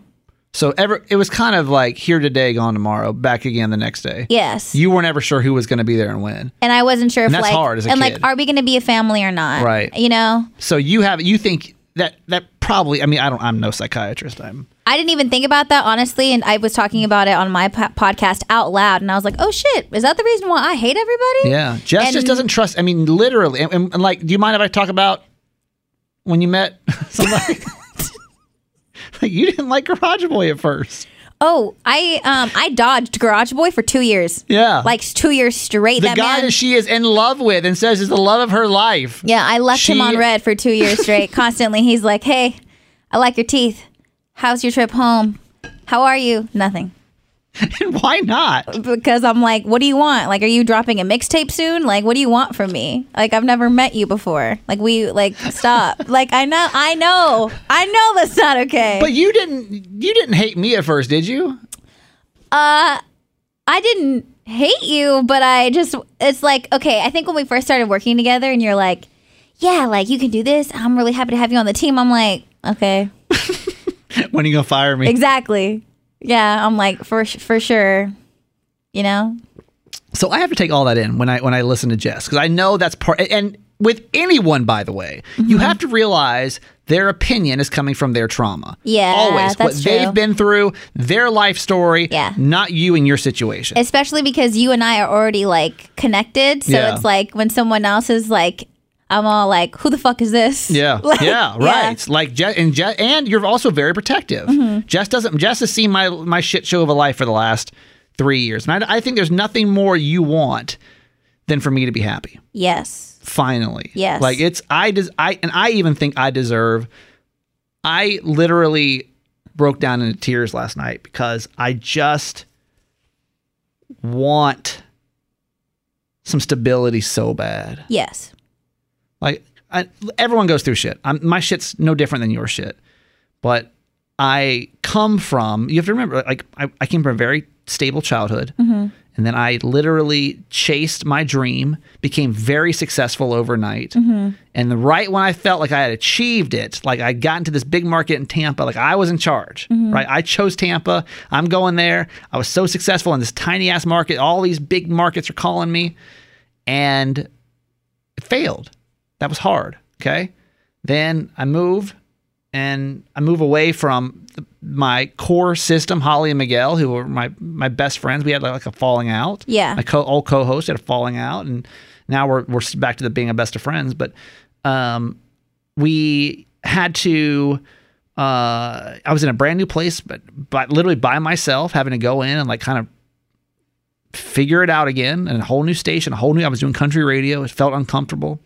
Speaker 1: So ever it was kind of like here today, gone tomorrow, back again the next day.
Speaker 2: Yes.
Speaker 1: You weren't ever sure who was going to be there and when.
Speaker 2: and I wasn't sure if
Speaker 1: And that's
Speaker 2: like
Speaker 1: hard as a
Speaker 2: and like
Speaker 1: kid.
Speaker 2: are we going to be a family or not?
Speaker 1: Right.
Speaker 2: You know,
Speaker 1: So you have you think that that probably I mean I don't I'm no psychiatrist. I'm
Speaker 2: I didn't even think about that honestly, and I was talking about it on my po- podcast out loud, and I was like, oh shit, is that the reason why I hate everybody?
Speaker 1: yeah. Jess
Speaker 2: And-
Speaker 1: just doesn't trust. I mean literally. And, and, and, like, do you mind if I talk about when you met somebody? like you didn't like Garage Boy at first.
Speaker 2: Oh, I um I dodged Garage Boy for two years.
Speaker 1: Yeah.
Speaker 2: Like two years straight.
Speaker 1: the
Speaker 2: that
Speaker 1: guy
Speaker 2: man.
Speaker 1: that she is in love with and says is the love of her life.
Speaker 2: yeah, I left him
Speaker 1: she-
Speaker 2: on red for two years straight. Constantly, he's like, hey, I like your teeth. How's your trip home? How are you? Nothing.
Speaker 1: And why not?
Speaker 2: because I'm like, what do you want? Like, are you dropping a mixtape soon? Like, what do you want from me? Like, I've never met you before. Like, we like stop. like, I know, I know, I know that's not okay.
Speaker 1: But you didn't you didn't hate me at first, did you?
Speaker 2: Uh, I didn't hate you, but I just it's like okay. I think when we first started working together, and you're like, yeah, like you can do this. I'm really happy to have you on the team. I'm like, okay,
Speaker 1: When are you gonna fire me?
Speaker 2: exactly. Yeah, I'm like for for sure. You know,
Speaker 1: So I have to take all that in when I when I listen to Jess because I know that's part. And with anyone, by the way,
Speaker 2: Mm-hmm.
Speaker 1: you have to realize their opinion is coming from their trauma.
Speaker 2: Yeah,
Speaker 1: always what
Speaker 2: that's true.
Speaker 1: they've been through, their life story.
Speaker 2: Yeah.
Speaker 1: not you and your situation.
Speaker 2: especially because you and I are already like connected. So
Speaker 1: Yeah.
Speaker 2: it's like when someone else is like, I'm all like, who the fuck is this?
Speaker 1: yeah,
Speaker 2: Like,
Speaker 1: yeah, right. Like Jess, and Jess, and you're also very protective.
Speaker 2: Mm-hmm.
Speaker 1: Jess doesn't. Jess has seen my my shit show of a life for the last three years, and I, I think there's nothing more you want than for me to be happy.
Speaker 2: Yes.
Speaker 1: finally.
Speaker 2: Yes.
Speaker 1: Like it's I des- I and I even think I deserve I literally broke down into tears last night because I just want some stability so bad.
Speaker 2: Yes.
Speaker 1: Like I, everyone goes through shit. I'm, my shit's no different than your shit, but I come from. You have to remember, like I, I came from a very stable childhood, and then I literally chased my dream, became very successful overnight, and the right when I felt like I had achieved it, like I got into this big market in Tampa, like I was in charge, right? I chose Tampa. I'm going there. I was so successful in this tiny ass market. All these big markets are calling me, and it failed. That was hard. Okay. Then I move and I move away from the, my core system, Holly and Miguel, who were my, my best friends. We had like, like a falling out.
Speaker 2: Yeah.
Speaker 1: My co- old co host had a falling out. And now we're, we're back to the being a best of friends. But um, we had to uh i was in a brand new place but but literally by myself having to go in and like kind of figure it out again and a whole new station a whole new i was doing country radio it felt uncomfortable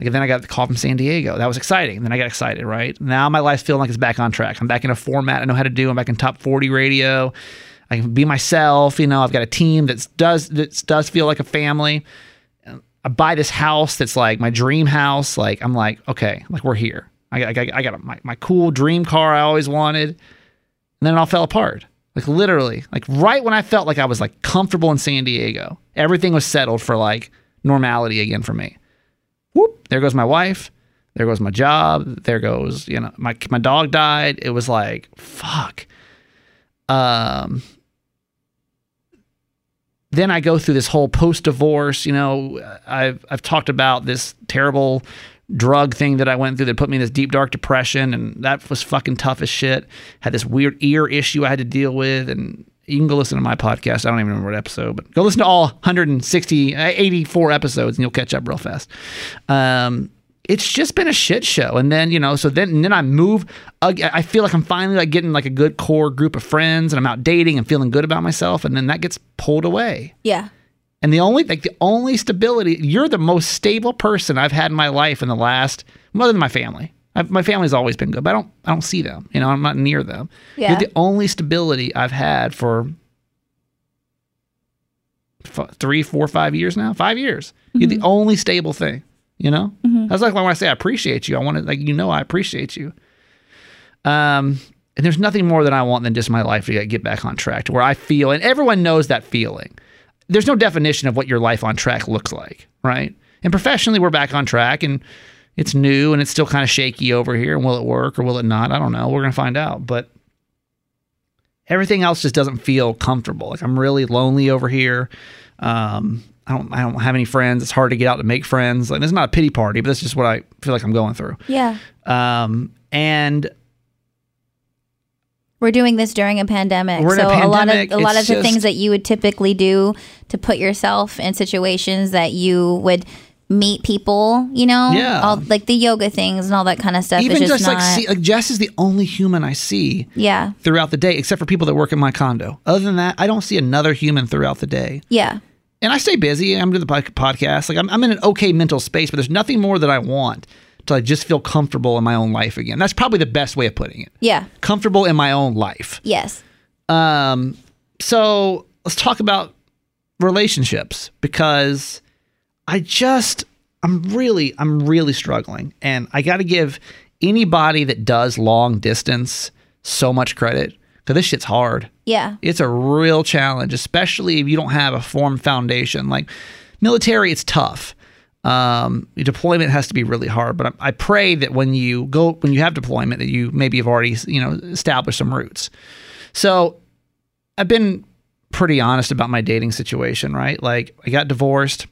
Speaker 1: like and then i got the call from san diego that was exciting then i got excited right now my life's feeling like it's back on track i'm back in a format i know how to do i'm back in top 40 radio i can be myself you know i've got a team that's does that does feel like a family I buy this house that's like my dream house. Like I'm like, okay, like we're here. I got, I got, I got my, my cool dream car I always wanted. And then it all fell apart. Like literally, like right when I felt like I was like comfortable in San Diego, everything was settled for like normality again for me. Whoop, there goes my wife. There goes my job. There goes, you know, my my dog died. It was like, fuck. Um then I go through this whole post divorce. You know, I've I've talked about this terrible drug thing that I went through that put me in this deep dark depression, and that was fucking tough as shit. Had this weird ear issue I had to deal with, and you can go listen to my podcast. I don't even remember what episode, but go listen to all 160, uh, 84 episodes and you'll catch up real fast. Um, it's just been a shit show. And then, you know, so then, and then I move. ag- I feel like I'm finally like getting like a good core group of friends and I'm out dating and feeling good about myself. And then that gets pulled away.
Speaker 2: Yeah.
Speaker 1: And the only like the only stability, you're the most stable person I've had in my life in the last, well, other than my family. I've, my family's always been good, but I don't I don't see them. You know, I'm not near them.
Speaker 2: Yeah.
Speaker 1: You're the only stability I've had for f- three, four, five years now. Five years. You're the only stable thing. You know, that's like when I say I appreciate you. I want to like you know I appreciate you. Um, and there's nothing more that I want than just my life to get- get back on track to where I feel, and everyone knows that feeling. There's no definition of what your life on track looks like, right? And professionally, we're back on track and it's new and it's still kind of shaky over here. And will it work or will it not? I don't know. We're going to find out. But everything else just doesn't feel comfortable. Like I'm really lonely over here. Um, I don't, I don't have any friends. It's hard to get out to make friends. Like, it's not a pity party, but that's just what I feel like I'm going through.
Speaker 2: Yeah.
Speaker 1: Um, and
Speaker 2: We're doing this during a pandemic,
Speaker 1: We're in
Speaker 2: so
Speaker 1: a
Speaker 2: lot of
Speaker 1: pandemic,
Speaker 2: a lot
Speaker 1: it's
Speaker 2: of the
Speaker 1: just-
Speaker 2: things that you would typically do to put yourself in situations that you would meet people, you know,
Speaker 1: Yeah.
Speaker 2: all like the yoga things and all that kind of stuff.
Speaker 1: even
Speaker 2: it's
Speaker 1: just,
Speaker 2: just, not,
Speaker 1: like see, like Jess is the only human I see
Speaker 2: yeah,
Speaker 1: throughout the day, except for people that work in my condo. Other than that, I don't see another human throughout the day.
Speaker 2: yeah,
Speaker 1: And I stay busy. I'm doing the pod- podcast. Like I'm, I'm in an okay mental space, but there's nothing more that I want to like, just feel comfortable in my own life again. That's probably the best way of putting it.
Speaker 2: yeah,
Speaker 1: Comfortable in my own life.
Speaker 2: yes,
Speaker 1: Um, so let's talk about relationships because I just I'm really I'm really struggling, and I got to give anybody that does long distance so much credit because this shit's hard.
Speaker 2: yeah,
Speaker 1: It's a real challenge, especially if you don't have a form foundation. Like military, it's tough. Um, your deployment has to be really hard, but I, I pray that when you go, when you have deployment, that you maybe have already, you know, established some roots. So I've been pretty honest about my dating situation, right? Like I got divorced.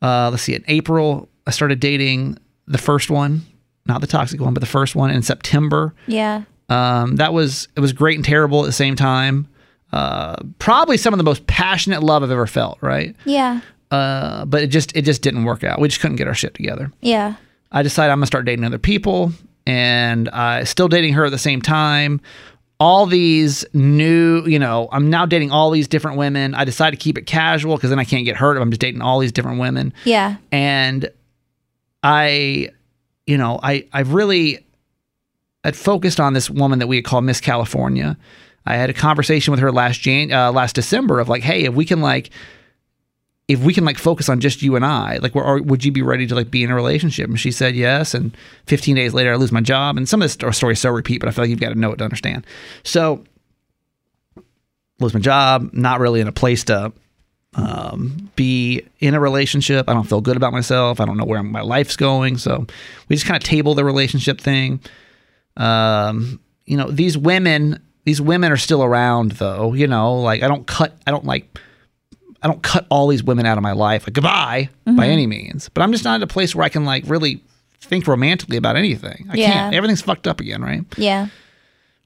Speaker 1: Uh, let's see, in April, I started dating the first one, not the toxic one, but the first one in September.
Speaker 2: yeah,
Speaker 1: Um, that was it was great and terrible at the same time. Uh, probably some of the most passionate love I've ever felt, right?
Speaker 2: yeah,
Speaker 1: Uh, but it just it just didn't work out. We just couldn't get our shit together.
Speaker 2: yeah,
Speaker 1: I decided I'm gonna start dating other people, and uh, still dating her at the same time. All these new, you know, I'm now dating all these different women. I decide to keep it casual because then I can't get hurt if I'm just dating all these different women
Speaker 2: yeah,
Speaker 1: and I, you know, I I really had focused on this woman that we had called Miss California. I had a conversation with her last Jan uh, last December of like, hey, if we can like, if we can like focus on just you and I, like, we're, are, would you be ready to like be in a relationship? And she said yes. And 15 days later, I lose my job. And some of this sto- story is so repeat, but I feel like you've got to know it to understand. So lose my job, not really in a place to um, be in a relationship. I don't feel good about myself. I don't know where my life's going. So we just kind of table the relationship thing. Um, you know, these women, these women are still around though. You know, like I don't cut, I don't like, I don't cut all these women out of my life. Like goodbye by any means. But I'm just not at a place where I can like really think romantically about anything. I
Speaker 2: Yeah.
Speaker 1: can't. Everything's fucked up again, right?
Speaker 2: yeah,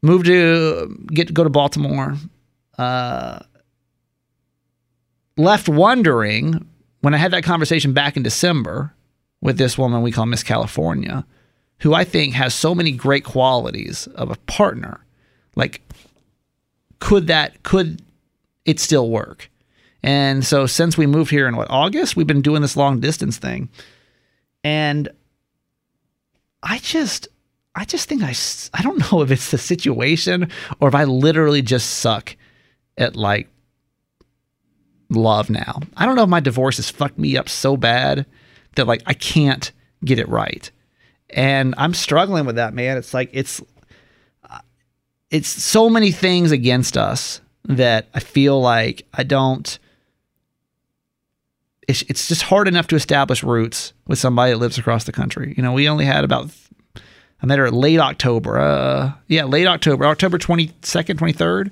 Speaker 1: Moved to get go to Baltimore. Uh, left wondering when I had that conversation back in December with this woman we call Miss California, who I think has so many great qualities of a partner. Like, could that could it still work? And so since we moved here in what August, we've been doing this long distance thing, and I just. I just think I, s- I don't know if it's the situation or if I literally just suck at like love now. I don't know if my divorce has fucked me up so bad that like I can't get it right. And I'm struggling with that, man. It's like it's uh, it's so many things against us that I feel like I don't it's, it's just hard enough to establish roots with somebody that lives across the country. You know, we only had about I met her late October. Uh, yeah, late October, October 22nd, 23rd.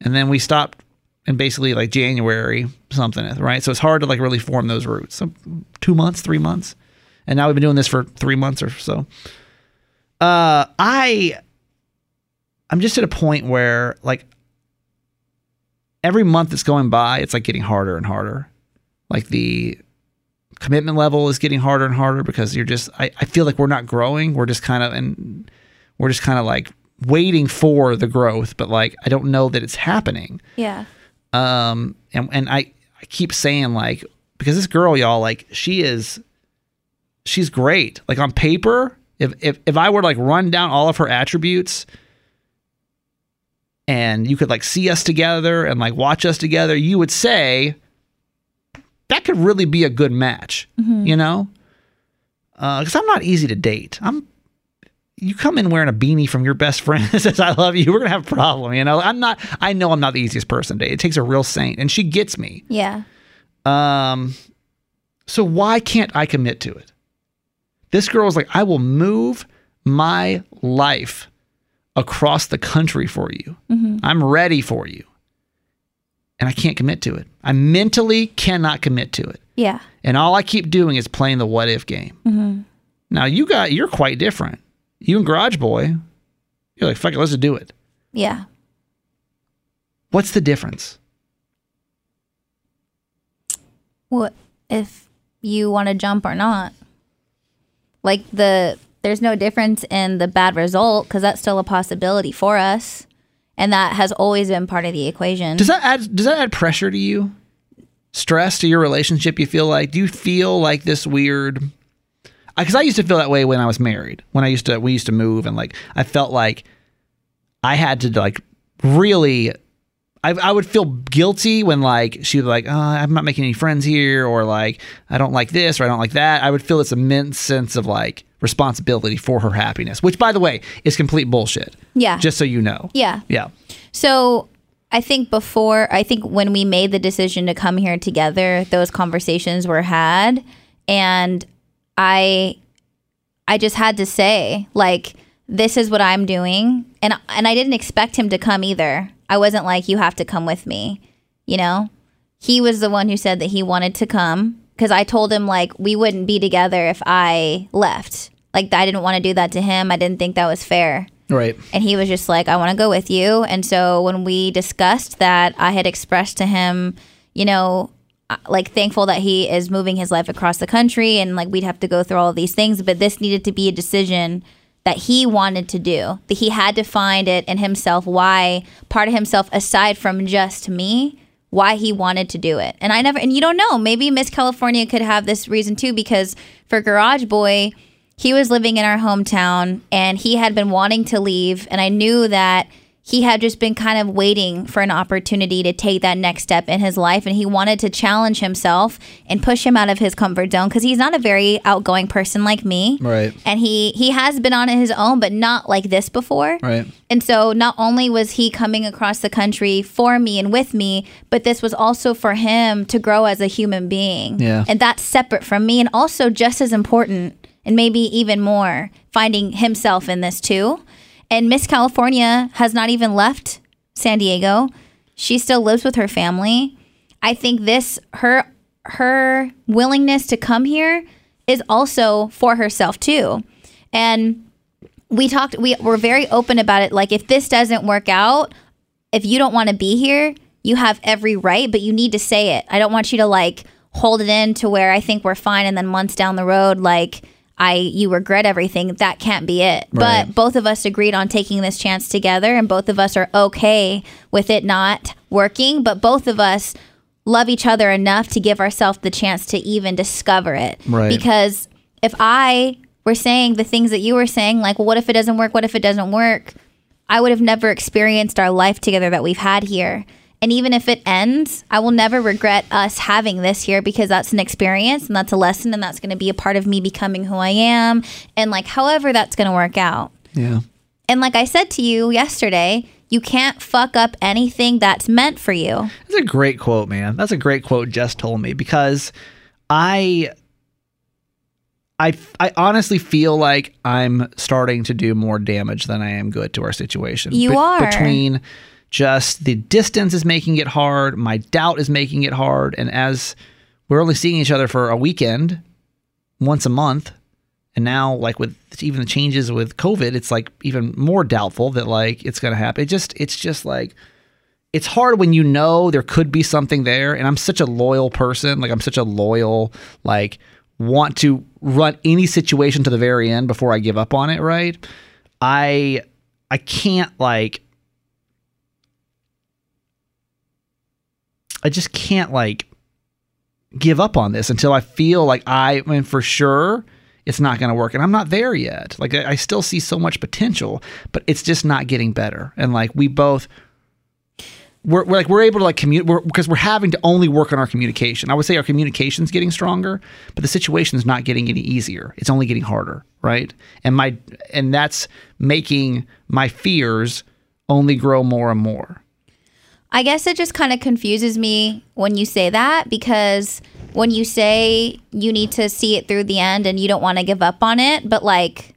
Speaker 1: And then we stopped in basically like January something, right? So it's hard to like really form those roots. So two months, three months. And now we've been doing this for three months or so. Uh, I, I'm just at a point where like every month that's going by, it's like getting harder and harder. Like the commitment level is getting harder and harder because you're just I, I feel like we're not growing. We're just kind of and we're just kind of like waiting for the growth, but like I don't know that it's happening.
Speaker 2: Yeah.
Speaker 1: Um and and I, I keep saying like because this girl, y'all, like she is she's great. Like on paper, if if if I were to like run down all of her attributes and you could like see us together and like watch us together, you would say that could really be a good match, you know? Because I'm not easy to date. I'm. You come in wearing a beanie from your best friend that says "I love you." We're gonna have a problem, you know. I'm not. I know I'm not the easiest person to date. It takes a real saint, and she gets me.
Speaker 2: Yeah.
Speaker 1: Um, so why can't I commit to it? This girl is like, I will move my life across the country for you. I'm ready for you. And I can't commit to it. I mentally cannot commit to it.
Speaker 2: Yeah.
Speaker 1: And all I keep doing is playing the what if game. Now you got you're quite different. You and Garage Boy, you're like, fuck it, let's just do it.
Speaker 2: Yeah.
Speaker 1: What's the difference?
Speaker 2: What if you want to jump or not? Like the there's no difference in the bad result because that's still a possibility for us, and that has always been part of the equation.
Speaker 1: Does that add does that add pressure to you? Stress to your relationship you feel like? Do you feel like this weird because I used to feel that way when I was married. When I used to we used to move and like I felt like I had to like really I, I would feel guilty when like she was like, oh, I'm not making any friends here, or like I don't like this or I don't like that. I would feel this immense sense of like responsibility for her happiness, which by the way is complete bullshit.
Speaker 2: Yeah.
Speaker 1: Just so you know.
Speaker 2: yeah.
Speaker 1: Yeah.
Speaker 2: So I think before, I think when we made the decision to come here together, those conversations were had, and I, I just had to say like, this is what I'm doing, and and I didn't expect him to come either. I wasn't like, you have to come with me, you know. He was the one who said that he wanted to come because I told him like we wouldn't be together if I left. Like I didn't want to do that to him. I didn't think that was fair.
Speaker 1: Right.
Speaker 2: And he was just like, I want to go with you. And so when we discussed that, I had expressed to him, you know, uh, like thankful that he is moving his life across the country and like we'd have to go through all of these things. But this needed to be a decision that he wanted to do, that he had to find it in himself why part of himself, aside from just me, why he wanted to do it. And I never, and you don't know, maybe Miss California could have this reason too, because for Garage Boy, he was living in our hometown and he had been wanting to leave. And I knew that he had just been kind of waiting for an opportunity to take that next step in his life. And he wanted to challenge himself and push him out of his comfort zone because he's not a very outgoing person like me.
Speaker 1: Right.
Speaker 2: And he, he has been on his own, but not like this before.
Speaker 1: Right.
Speaker 2: And so not only was he coming across the country for me and with me, but this was also for him to grow as a human being.
Speaker 1: Yeah.
Speaker 2: And that's separate from me and also just as important and maybe even more finding himself in this too. And Miss California has not even left San Diego. She still lives with her family. I think this her her willingness to come here is also for herself too. And we talked we were very open about it like if this doesn't work out if you don't want to be here you have every right but you need to say it i don't want you to like hold it in to where i think we're fine and then months down the road like i you regret everything that can't be it
Speaker 1: Right.
Speaker 2: but both of us agreed on taking this chance together and both of us are okay with it not working but both of us love each other enough to give ourselves the chance to even discover it
Speaker 1: Right.
Speaker 2: because because if I were saying the things that you were saying, like, well, what if it doesn't work? What if it doesn't work? I would have never experienced our life together that we've had here. And even if it ends, I will never regret us having this here because that's an experience and that's a lesson and that's going to be a part of me becoming who I am and like however that's going to work out.
Speaker 1: Yeah.
Speaker 2: And like I said to you yesterday, you can't fuck up anything that's meant for you.
Speaker 1: That's a great quote, man. That's a great quote Jess told me because I I I honestly feel like I'm starting to do more damage than I am good to our situation.
Speaker 2: You are.
Speaker 1: Between just the distance is making it hard, my doubt is making it hard, and as we're only seeing each other for a weekend once a month, and now like with even the changes with COVID, it's like even more doubtful that like it's going to happen. It just it's just like it's hard when you know there could be something there. And I'm such a loyal person. Like I'm such a loyal, like want to run any situation to the very end before I give up on it. Right. I, I can't like, I just can't like give up on this until I feel like I, I mean, for sure it's not going to work. And I'm not there yet. Like I, I still see so much potential, but it's just not getting better. And like we both, we're, we're like we're able to like communicate because we're, having to only work on our communication. I would say our communication's getting stronger, but the situation's not getting any easier. It's only getting harder, right? And my and that's making my fears only grow more and more.
Speaker 2: I guess it just kind of confuses me when you say that because when you say you need to see it through the end and you don't want to give up on it, but like,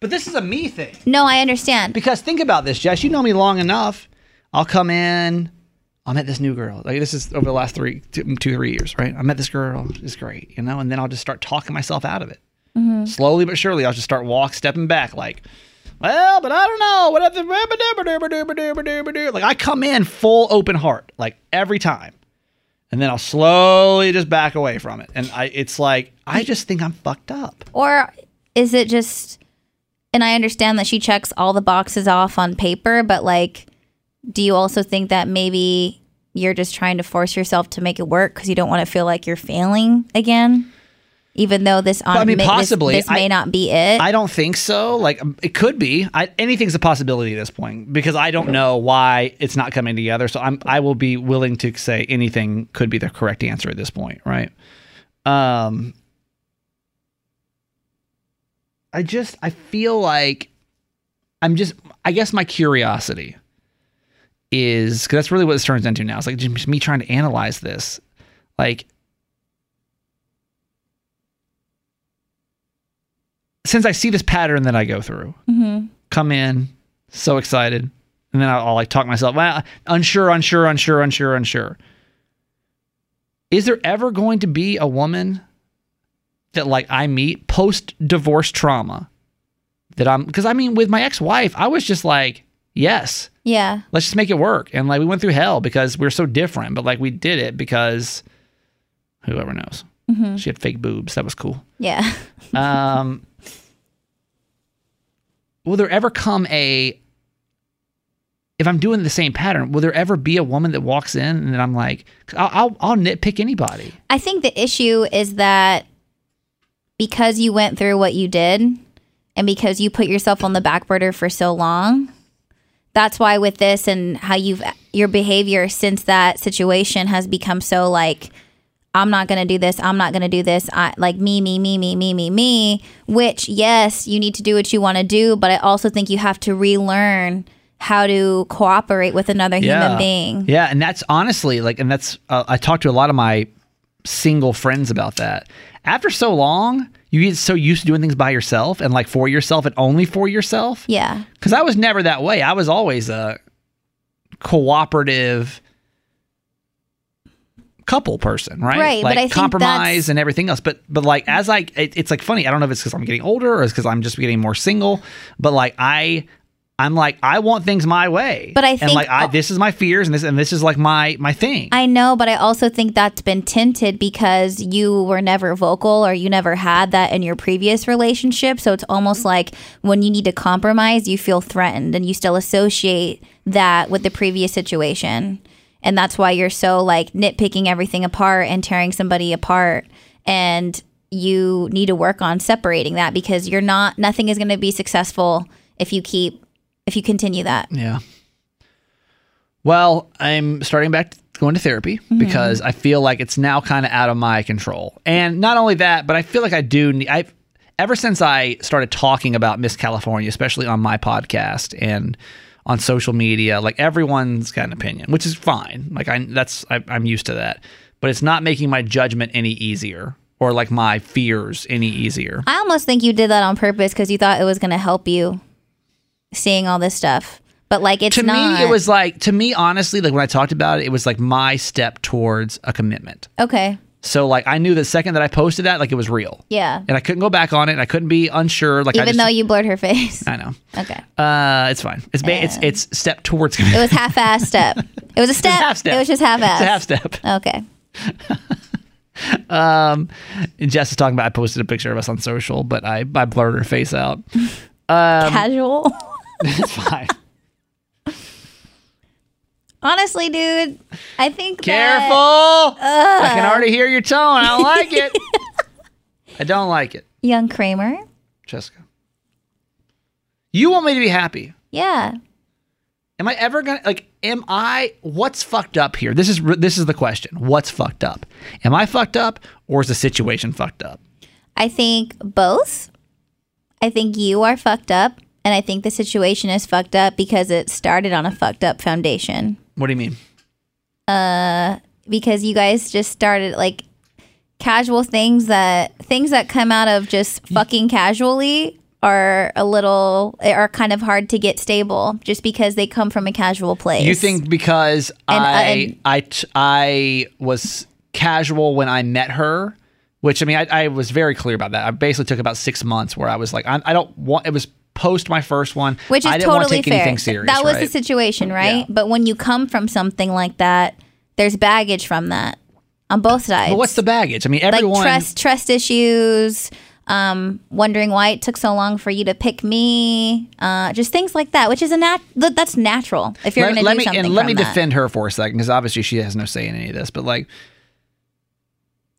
Speaker 1: But this is a me thing.
Speaker 2: no, I understand.
Speaker 1: Because think about this, Jess. You know me long enough. I'll come in. I met this new girl. Like this is over the last three, two, mm, two three years, right? I met this girl. It's great, you know. And then I'll just start talking myself out of it, slowly but surely. I'll just start walk, stepping back, like, well, but I don't know. What if the like I come in full open heart, like every time, and then I'll slowly just back away from it. And I, it's like I just think I'm fucked up.
Speaker 2: Or is it just, and I understand that she checks all the boxes off on paper, but like, do you also think that maybe you're just trying to force yourself to make it work because you don't want to feel like you're failing again? Even though this, on,
Speaker 1: I mean,
Speaker 2: may- this-
Speaker 1: possibly.
Speaker 2: this, may
Speaker 1: I-
Speaker 2: not be it.
Speaker 1: I don't think so. Like um, it could be. I, anything's a possibility at this point because I don't know why it's not coming together. So I'm I will be willing to say anything could be the correct answer at this point, right? Um I just I feel like I'm just I guess my curiosity is because that's really what this turns into now. It's like just me trying to analyze this. Like since I see this pattern that I go through, come in, so excited, and then I'll, I'll like talk myself, well, unsure, unsure, unsure, unsure, unsure. Is there ever going to be a woman that like I meet post divorce trauma that I'm because I mean with my ex wife I was just like yes
Speaker 2: yeah.
Speaker 1: let's just make it work. And like we went through hell because we were so different, but like we did it because whoever knows. She had fake boobs. That was cool.
Speaker 2: Yeah.
Speaker 1: Um, will there ever come a? If I'm doing the same pattern, will there ever be a woman that walks in and then I'm like, I'll, I'll, I'll nitpick anybody.
Speaker 2: I think the issue is that because you went through what you did and because you put yourself on the back burner for so long, that's why with this and how you've your behavior since that situation has become so like I'm not going to do this. I'm not going to do this. I like me, me, me, me, me, me, me, which yes, you need to do what you want to do, but I also think you have to relearn how to cooperate with another human being.
Speaker 1: Yeah, and that's honestly like, and that's uh, I talked to a lot of my single friends about that. After so long, you get so used to doing things by yourself and like for yourself and only for yourself.
Speaker 2: Yeah.
Speaker 1: Because I was never that way. I was always a cooperative couple person, right?
Speaker 2: Right, but
Speaker 1: like
Speaker 2: I think
Speaker 1: compromise
Speaker 2: that's-
Speaker 1: and everything else. But but like as I, it, it's like funny. I don't know if it's because I'm getting older or it's because I'm just getting more single. But like I. I'm like I want things my way,
Speaker 2: But I
Speaker 1: and
Speaker 2: think-
Speaker 1: like I, this is my fears, and this and this is like my my thing.
Speaker 2: I know, but I also think that's been tinted because you were never vocal or you never had that in your previous relationship. So it's almost like when you need to compromise, you feel threatened and you still associate that with the previous situation. And that's why you're so like nitpicking everything apart and tearing somebody apart. And you need to work on separating that because you're not, nothing is going to be successful if you keep, if you continue that.
Speaker 1: Yeah. Well, I'm starting back going to therapy because I feel like it's now kind of out of my control. And not only that, but I feel like I do need I ever since I started talking about Miss California, especially on my podcast and on social media, like everyone's got an opinion, which is fine. Like I that's I, I'm used to that. But it's not making my judgment any easier or like my fears any easier.
Speaker 2: I almost think you did that on purpose because you thought it was going to help you seeing all this stuff. But like, it's
Speaker 1: to
Speaker 2: not.
Speaker 1: me it was like to me honestly like when i talked about it it was like my step towards a commitment
Speaker 2: okay.
Speaker 1: So like I knew the second that I posted that, like it was real.
Speaker 2: Yeah.
Speaker 1: And I couldn't go back on it. And I couldn't be unsure. Like I
Speaker 2: Even
Speaker 1: just-
Speaker 2: though you blurred her face.
Speaker 1: I know.
Speaker 2: Okay.
Speaker 1: Uh, it's fine. It's ba- it's it's step towards.
Speaker 2: It was half ass step. It was a step.
Speaker 1: half step.
Speaker 2: It was just half ass.
Speaker 1: It's a half step.
Speaker 2: Okay.
Speaker 1: Um, and Jess is talking about I posted a picture of us on social, but I I blurred her face out. Um,
Speaker 2: Casual.
Speaker 1: it's fine.
Speaker 2: Honestly, dude, I think
Speaker 1: Careful!
Speaker 2: that
Speaker 1: I can already hear your tone. I don't like it. I don't like it,
Speaker 2: young Kramer.
Speaker 1: Jessica. You want me to be happy.
Speaker 2: Yeah.
Speaker 1: Am I ever gonna like? Am I? What's fucked up here? This is re- this is the question. What's fucked up? Am I fucked up, or is the situation fucked up?
Speaker 2: I think both. I think you are fucked up, and I think the situation is fucked up because it started on a fucked up foundation.
Speaker 1: What do you mean?
Speaker 2: Because you guys just started like casual things that things that come out of just fucking casually are a little are kind of hard to get stable just because they come from a casual place.
Speaker 1: You think because
Speaker 2: And, uh,
Speaker 1: I
Speaker 2: and-
Speaker 1: I t- I was casual when I met her, which I mean I, I was very clear about that. I basically took about six months where I was like I, I don't want. It was post my first one,
Speaker 2: which is
Speaker 1: I didn't
Speaker 2: totally
Speaker 1: want to take
Speaker 2: fair.
Speaker 1: anything serious.
Speaker 2: that was
Speaker 1: right?
Speaker 2: the situation, right?
Speaker 1: Yeah.
Speaker 2: But when you come from something like that, there's baggage from that on both sides.
Speaker 1: But what's the baggage? I mean,
Speaker 2: like
Speaker 1: everyone.
Speaker 2: trust trust issues um wondering why it took so long for you to pick me uh just things like that which is a nat th- that's natural if you're
Speaker 1: let,
Speaker 2: gonna
Speaker 1: let
Speaker 2: do
Speaker 1: me
Speaker 2: something
Speaker 1: and let
Speaker 2: from
Speaker 1: me
Speaker 2: that.
Speaker 1: defend her for a second because obviously she has no say in any of this, but like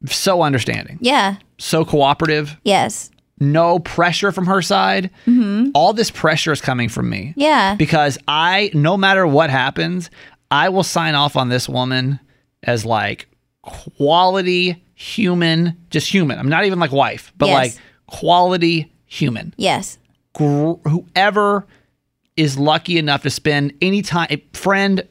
Speaker 1: so understanding,
Speaker 2: yeah
Speaker 1: so cooperative,
Speaker 2: yes
Speaker 1: no pressure from her side. All this pressure is coming from me.
Speaker 2: Mm-hmm. yeah
Speaker 1: because I, no matter what happens, I will sign off on this woman as like quality human, just human. I'm not even like wife, but
Speaker 2: Yes.
Speaker 1: like quality human.
Speaker 2: yes
Speaker 1: Gr- whoever is lucky enough to spend any time, a friend,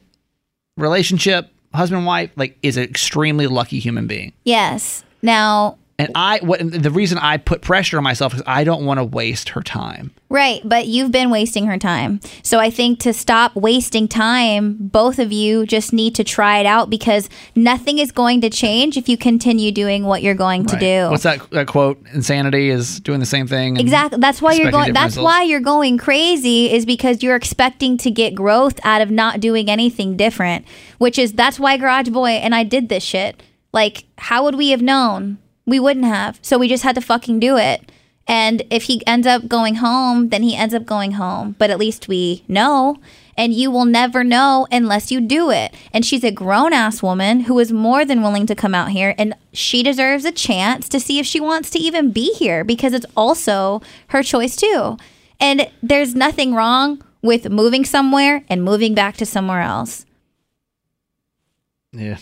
Speaker 1: relationship, husband, wife, like is an extremely lucky human being.
Speaker 2: yes now
Speaker 1: And I, what the reason I put pressure on myself is I don't want to waste her time.
Speaker 2: Right, but you've been wasting her time. So I think to stop wasting time, both of you just need to try it out because nothing is going to change if you continue doing what you're going to
Speaker 1: Right.
Speaker 2: do.
Speaker 1: What's that, that quote? Insanity is doing the same thing. and-
Speaker 2: Exactly. That's why you're
Speaker 1: expecting different
Speaker 2: going. That's
Speaker 1: results.
Speaker 2: why you're going crazy is because you're expecting to get growth out of not doing anything different. Which is that's why Garage Boy and I did this shit. Like, how would we have known? We wouldn't have. So we just had to fucking do it. And if he ends up going home, then he ends up going home. But at least we know. And you will never know unless you do it. And she's a grown ass woman who is more than willing to come out here. And she deserves a chance to see if she wants to even be here because it's also her choice, too. And there's nothing wrong with moving somewhere and moving back to somewhere else.
Speaker 1: Yeah.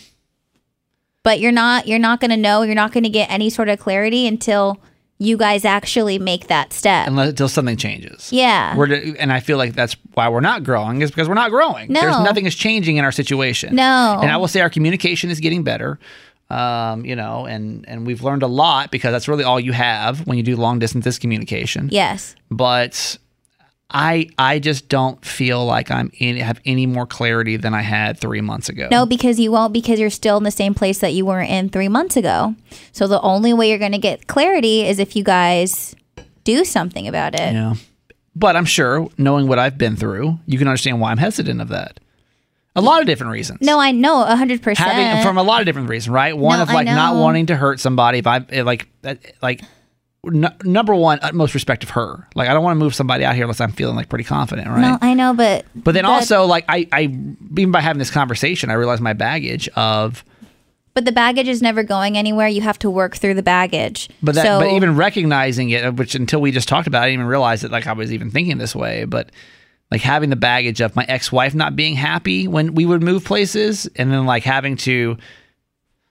Speaker 2: But you're not you're not going to know, you're not going to get any sort of clarity until you guys actually make that step.
Speaker 1: unless until something changes.
Speaker 2: Yeah.
Speaker 1: We're and I feel like that's why we're not growing is because we're not growing.
Speaker 2: No.
Speaker 1: There's nothing is changing in our situation.
Speaker 2: No.
Speaker 1: And I will say our communication is getting better. Um, you know, and and we've learned a lot because that's really all you have when you do long distance is communication.
Speaker 2: yes.
Speaker 1: But I I just don't feel like I'm in have any more clarity than I had three months ago.
Speaker 2: No, because you won't, because you're still in the same place that you were in three months ago. So the only way you're going to get clarity is if you guys do something about it.
Speaker 1: Yeah. But I'm sure, knowing what I've been through, you can understand why I'm hesitant of that. A lot of different reasons.
Speaker 2: No, I know 100%.
Speaker 1: having from a lot of different reasons, right? One
Speaker 2: No,
Speaker 1: of
Speaker 2: I
Speaker 1: like not
Speaker 2: know.
Speaker 1: wanting to hurt somebody. If I eh, like, that- like n- number one, utmost respect of her. Like I don't want to move somebody out here unless I'm feeling like pretty confident, right?
Speaker 2: No, I know, but.
Speaker 1: but then also like I, I even by having this conversation, I realized my baggage of.
Speaker 2: But the baggage is never going anywhere. You have to work through the baggage.
Speaker 1: But that,
Speaker 2: so,
Speaker 1: but even recognizing it, which until we just talked about, it, I didn't even realize that like I was even thinking this way. But like having the baggage of my ex-wife not being happy when we would move places, and then like having to,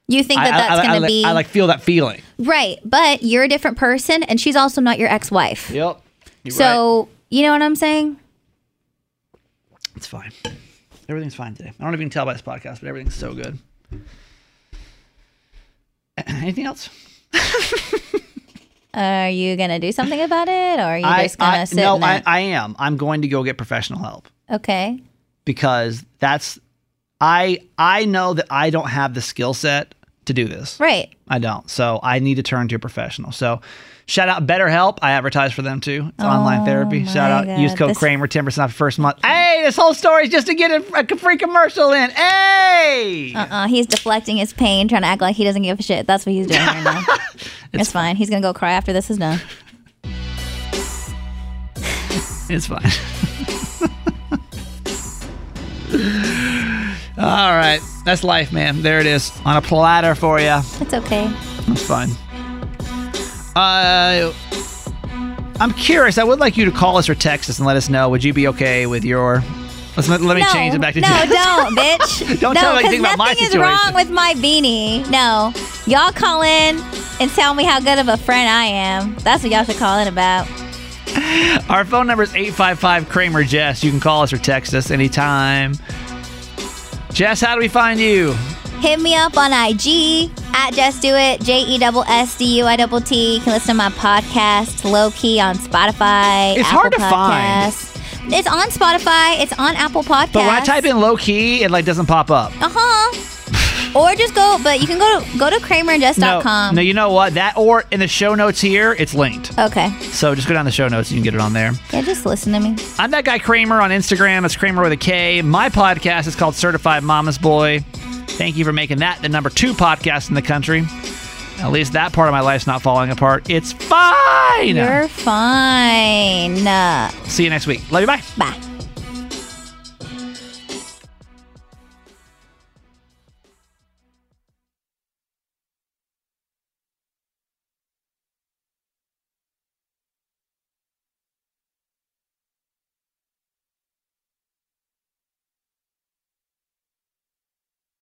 Speaker 2: you think
Speaker 1: I,
Speaker 2: that
Speaker 1: I-
Speaker 2: that's
Speaker 1: I- I
Speaker 2: going to
Speaker 1: like-
Speaker 2: be
Speaker 1: I like feel that feeling.
Speaker 2: right, but you're a different person, and she's also not your ex-wife.
Speaker 1: Yep.
Speaker 2: so you know what I'm saying?
Speaker 1: It's fine. Everything's fine today. I don't know if you can tell by this podcast, but everything's so good. Anything else?
Speaker 2: Are you gonna do something about it, or are you just gonna
Speaker 1: I,
Speaker 2: sit?
Speaker 1: no,
Speaker 2: in
Speaker 1: I,
Speaker 2: it?
Speaker 1: I am. I'm going to go get professional help
Speaker 2: okay.
Speaker 1: because that's I I know that I don't have the skill set to do this.
Speaker 2: Right.
Speaker 1: I don't. So I need to turn to a professional. So shout out BetterHelp. I advertise for them too. It's online therapy. Shout out.
Speaker 2: Oh God.
Speaker 1: Use code
Speaker 2: This-
Speaker 1: Kramer, 10% off your first month. Hey, this whole story is just to get a, a free commercial in. Hey!
Speaker 2: Uh, he's deflecting his pain, trying to act like he doesn't give a shit. That's what he's doing right now. it's, fine. He's gonna go cry after this is done.
Speaker 1: It's fine. All right. That's life, man. There it is on a platter for you.
Speaker 2: It's okay.
Speaker 1: That's fine. Uh, I'm curious. I would like you to call us or text us and let us know. Would you be okay with your? Let's let, let me
Speaker 2: no,
Speaker 1: change it back to
Speaker 2: no,
Speaker 1: Jen.
Speaker 2: don't, bitch.
Speaker 1: Don't
Speaker 2: no,
Speaker 1: tell me
Speaker 2: 'cause
Speaker 1: anything about my
Speaker 2: nothing
Speaker 1: situation.
Speaker 2: is wrong with my beanie. No, y'all call in and tell me how good of a friend I am. That's what y'all should call in about.
Speaker 1: Our phone number is 855 Kramer Jess. You can call us or text us anytime. Jess, how do we find you?
Speaker 2: Hit me up on IG at Just Do It, J E double S D U I double T. You can listen to my podcast, Low Key, on Spotify.
Speaker 1: It's
Speaker 2: Apple
Speaker 1: hard to find.
Speaker 2: Podcasts. find. It's on Spotify. It's on Apple Podcasts.
Speaker 1: But when I type in low key, it like doesn't pop up.
Speaker 2: uh huh. Uh-huh. or just go, but you can go to go to KramerandJess.com.
Speaker 1: No, no, you know what? That or in the show notes here, it's linked.
Speaker 2: okay,
Speaker 1: So just go down the show notes and you can get it on there.
Speaker 2: yeah, just listen to me.
Speaker 1: I'm that guy Kramer on Instagram. It's Kramer with a K. My podcast is called Certified Mama's Boy. Thank you for making that the number two podcast in the country. At least that part of my life's not falling apart. It's fine.
Speaker 2: You're fine. Uh,
Speaker 1: See you next week. Love you. Bye.
Speaker 2: bye.